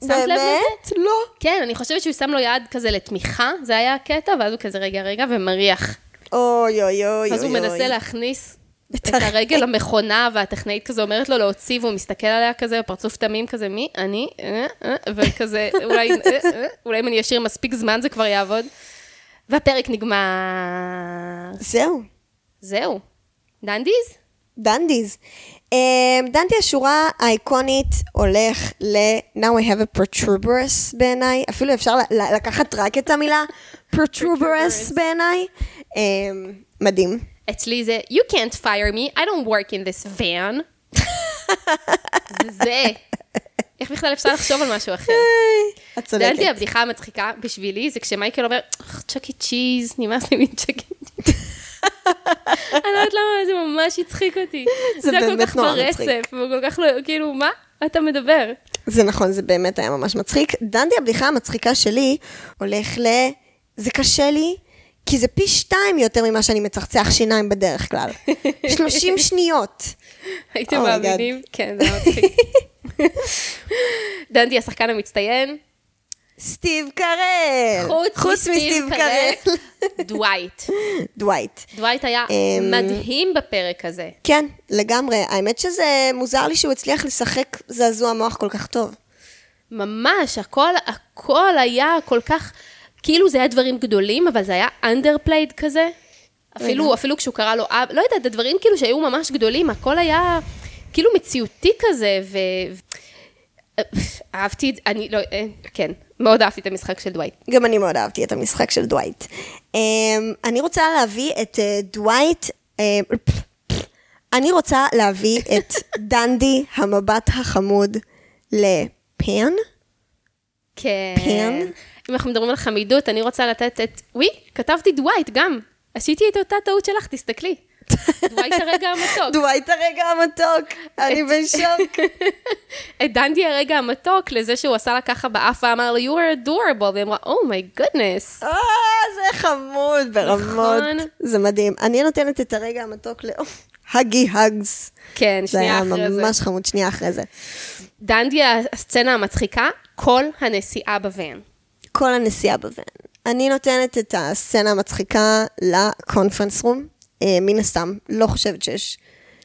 Speaker 1: שמת לב לזה?
Speaker 2: באמת? לא.
Speaker 1: כן, אני חושבת שהוא שם לו יד כזה לתמיכה, זה היה הקטע, ואז הוא כזה רגע רגע ומריח.
Speaker 2: אוי אוי אוי.
Speaker 1: אז הוא
Speaker 2: אוי,
Speaker 1: מנסה
Speaker 2: אוי.
Speaker 1: להכניס
Speaker 2: את
Speaker 1: את הרגל למכונה, והטכנאית כזה אומרת לו להוציא, והוא מסתכל עליה כזה, פרצוף תמים כזה, מי? אני? אה, אה, וכזה, [LAUGHS] אולי, אה, אה, אולי אם אני אשאיר מספיק זמן זה כבר יעבוד. והפרק נגמר.
Speaker 2: זהו,
Speaker 1: זהו. דנדיז?
Speaker 2: דנדיז. אה, דנדי השורה האיקונית הולך ל- Now I have a protuberous בעיניי, אפילו אפשר ל- ל- לקחת רק את המילה protuberous
Speaker 1: Protuberous.
Speaker 2: בעיניי. אה, מדהים.
Speaker 1: אצלי זה, you can't fire me, I don't work in this van. [LAUGHS] זה זה. איך בכלל אפשר לחשוב על משהו אחר?
Speaker 2: כן. את
Speaker 1: צודקת. דנדי,
Speaker 2: צודקת.
Speaker 1: הבדיחה המצחיקה בשבילי זה כשמייקל אומר, צ'קי צ'יז, נמאס לי מצ'קי צ'יז.
Speaker 2: [LAUGHS]
Speaker 1: אני לא יודעת למה, זה ממש הצחיק אותי.
Speaker 2: זה
Speaker 1: היה כל
Speaker 2: באמת
Speaker 1: כך
Speaker 2: נורא
Speaker 1: ברצף,
Speaker 2: מצחיק.
Speaker 1: והוא כל כך לא, כאילו, מה אתה מדבר? [LAUGHS]
Speaker 2: זה נכון, זה באמת היה ממש מצחיק. דנדי, הבדיחה המצחיקה שלי הולך ל... זה קשה לי, כי זה פי שתיים יותר ממה שאני מצחצח שיניים בדרך
Speaker 1: [LAUGHS]
Speaker 2: כלל. 30 שניות.
Speaker 1: הייתם
Speaker 2: Oh my God.
Speaker 1: מאמינים? כן, זה
Speaker 2: [LAUGHS]
Speaker 1: היה מצחיק. דנדי השחקן המצטיין,
Speaker 2: סטיב קרל!
Speaker 1: חוץ מסטיב קרל, דווייט.
Speaker 2: דווייט.
Speaker 1: דווייט היה
Speaker 2: אמ,
Speaker 1: מדהים בפרק הזה.
Speaker 2: כן, לגמרי. האמת שזה מוזר לי שהוא הצליח לשחק זעזוע מוח כל כך טוב.
Speaker 1: ממש, הכל, הכל היה כל כך, כאילו זה היה דברים גדולים, אבל זה היה אנדרפלייד כזה. אפילו, אפילו כשהוא קרא לו אב, לא יודעת, הדברים כאילו שהיו ממש גדולים, הכל היה כאילו מציאותי כזה, ו... ו- אהבתי את זה, אני לא, אה, כן, מאוד אהבתי את המשחק של דווייט.
Speaker 2: גם אני מאוד אהבתי את המשחק של דווייט. אמ, אני רוצה להביא את אה, דווייט, אמ, פ- פ- אני רוצה להביא
Speaker 1: [LAUGHS]
Speaker 2: את דנדי, המבט החמוד, לפן.
Speaker 1: כן.
Speaker 2: כן.
Speaker 1: אם אנחנו מדברים על חמידות, אני רוצה לתת את, וואי, כתבתי דווייט גם. עשיתי את אותה טעות שלך, תסתכלי. דווייט הרגע
Speaker 2: [LAUGHS]
Speaker 1: המתוק.
Speaker 2: דווייט הרגע המתוק, אני
Speaker 1: [LAUGHS]
Speaker 2: בשוק.
Speaker 1: את דנדי הרגע המתוק לזה שהוא עשה לה ככה באף ואמר לו, you are adorable, והיא אמרה, Oh my goodness.
Speaker 2: אה, זה חמוד ברמות.
Speaker 1: נכון.
Speaker 2: זה מדהים. אני נותנת את הרגע המתוק ל... [LAUGHS] הגי הגס.
Speaker 1: כן,
Speaker 2: זה היה
Speaker 1: שנייה אחרי זה.
Speaker 2: ממש חמוד, שנייה אחרי זה.
Speaker 1: דנדי, הסצנה המצחיקה, כל הנסיעה בוואן.
Speaker 2: כל הנסיעה בוון. אני נותנת את הסצנה המצחיקה לקונפרנס רום, אה, מן הסתם, לא חושבת שיש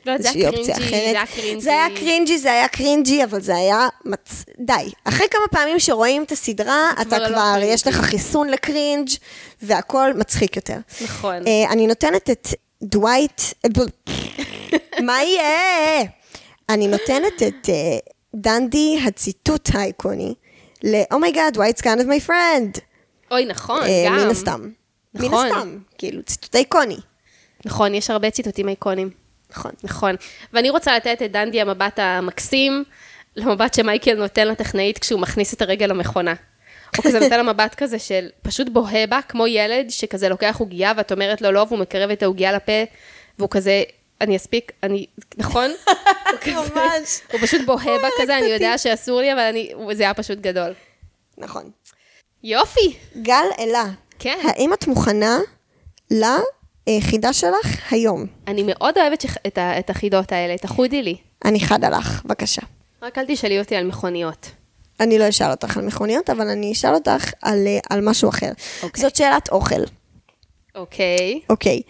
Speaker 1: לא, זה
Speaker 2: איזושהי
Speaker 1: היה
Speaker 2: אופציה אחרת.
Speaker 1: קרינג'י, זה היה קרינג'י.
Speaker 2: זה היה קרינג'י, זה היה קרינג'י, אבל זה היה... מצ... די. אחרי כמה פעמים שרואים את הסדרה, אתה
Speaker 1: כבר לא
Speaker 2: כבר,
Speaker 1: קרינג'י.
Speaker 2: יש לך חיסון לקרינג' והכל מצחיק יותר.
Speaker 1: נכון.
Speaker 2: אה, אני נותנת את דווייט... אה, מה יהיה? אני נותנת את אה, דנדי הציטוט האיקוני ל-Oh my God, Dwight's kind of my friend.
Speaker 1: אוי, נכון,
Speaker 2: אה,
Speaker 1: גם.
Speaker 2: מן הסתם. מן
Speaker 1: נכון.
Speaker 2: הסתם, כאילו, ציטוט איקוני.
Speaker 1: נכון, יש הרבה ציטוטים איקונים.
Speaker 2: נכון.
Speaker 1: נכון. ואני רוצה לתת את דנדי המבט המקסים, למבט שמייקל נותן לטכנאית כשהוא מכניס את הרגל למכונה. הוא כזה נותן לה מבט כזה של פשוט בוהה בה, כמו ילד שכזה לוקח עוגייה ואת אומרת לו לא, והוא מקרב את העוגייה לפה, והוא כזה, אני אספיק, אני, נכון? הוא כזה-
Speaker 2: ממש.
Speaker 1: הוא פשוט בוהה בה כזה, אני יודע שאסור לי, אבל אני, הוא- זה היה פשוט גדול.
Speaker 2: נכון.
Speaker 1: יופי!
Speaker 2: גל אלה.
Speaker 1: כן.
Speaker 2: האם את מוכנה לחידה שלך היום?
Speaker 1: אני מאוד אוהבת שח- את ה- את החידות האלה, את החודי לי.
Speaker 2: אני חדה לך, בבקשה.
Speaker 1: רק אל תשאלי אותי על מכוניות.
Speaker 2: אני לא אשאל אותך על מכוניות, אבל אני אשאל אותך על, אה, על משהו אחר.
Speaker 1: אוקיי.
Speaker 2: זאת שאלת אוכל,
Speaker 1: אוקיי.
Speaker 2: אוקיי.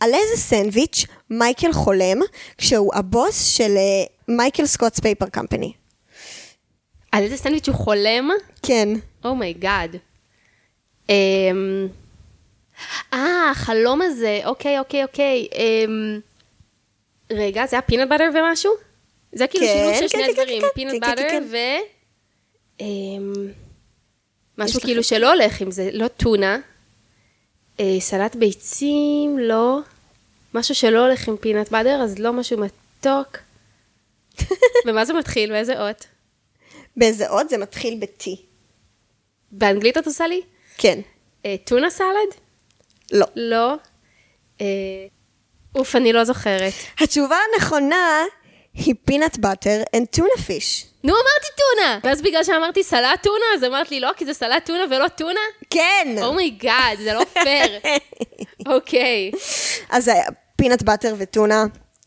Speaker 2: על איזה סנדוויץ' מייקל חולם כשהוא הבוס של אה, מייקל סקוטס פייפר קמפני?
Speaker 1: על איזה סנדוויץ' הוא חולם?
Speaker 2: כן.
Speaker 1: אומייגאד. Oh אמ, אה, החלום הזה, אוקיי, אוקיי, אוקיי. אמ, רגע, זה היה פינאט באטר ומשהו? זה היה כאילו
Speaker 2: כן,
Speaker 1: שילוב
Speaker 2: כן,
Speaker 1: של שני
Speaker 2: כן, כן,
Speaker 1: הדברים,
Speaker 2: כן,
Speaker 1: פינאט
Speaker 2: כן, כן,
Speaker 1: באטר
Speaker 2: כן.
Speaker 1: ו... אמ, משהו
Speaker 2: לך-
Speaker 1: כאילו שלא הולך עם זה, לא טונה. אה, סלט ביצים, לא. משהו שלא הולך עם פינאט באטר, אז לא משהו
Speaker 2: [LAUGHS]
Speaker 1: מתוק. במה זה מתחיל? באיזה אות?
Speaker 2: באיזה עוד? זה מתחיל ב-T.
Speaker 1: באנגלית את עושה לי?
Speaker 2: כן.
Speaker 1: אה, טונה סלד?
Speaker 2: לא.
Speaker 1: לא. אה, אוף, אני לא זוכרת.
Speaker 2: התשובה הנכונה היא פינאט באטר אנד טונה פיש.
Speaker 1: נו, אמרתי טונה! ואז בגלל שאמרתי סלט טונה, אז אמרת לי, לא, כי זה סלט טונה ולא טונה?
Speaker 2: כן!
Speaker 1: אומייגאד, זה לא [LAUGHS] פייר. אוקיי.
Speaker 2: אז היה פינאט באטר וטונה,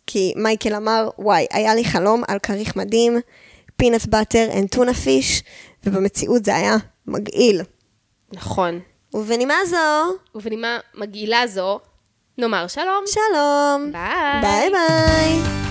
Speaker 2: כי מייקל אמר, וואי, היה לי חלום על כריך מדהים, פינאט באטר אנד טונה פיש, ובמציאות זה היה מגעיל.
Speaker 1: נכון.
Speaker 2: ובנימה זו,
Speaker 1: ובנימה מגעילה זו, נאמר שלום.
Speaker 2: שלום.
Speaker 1: ביי.
Speaker 2: ביי ביי.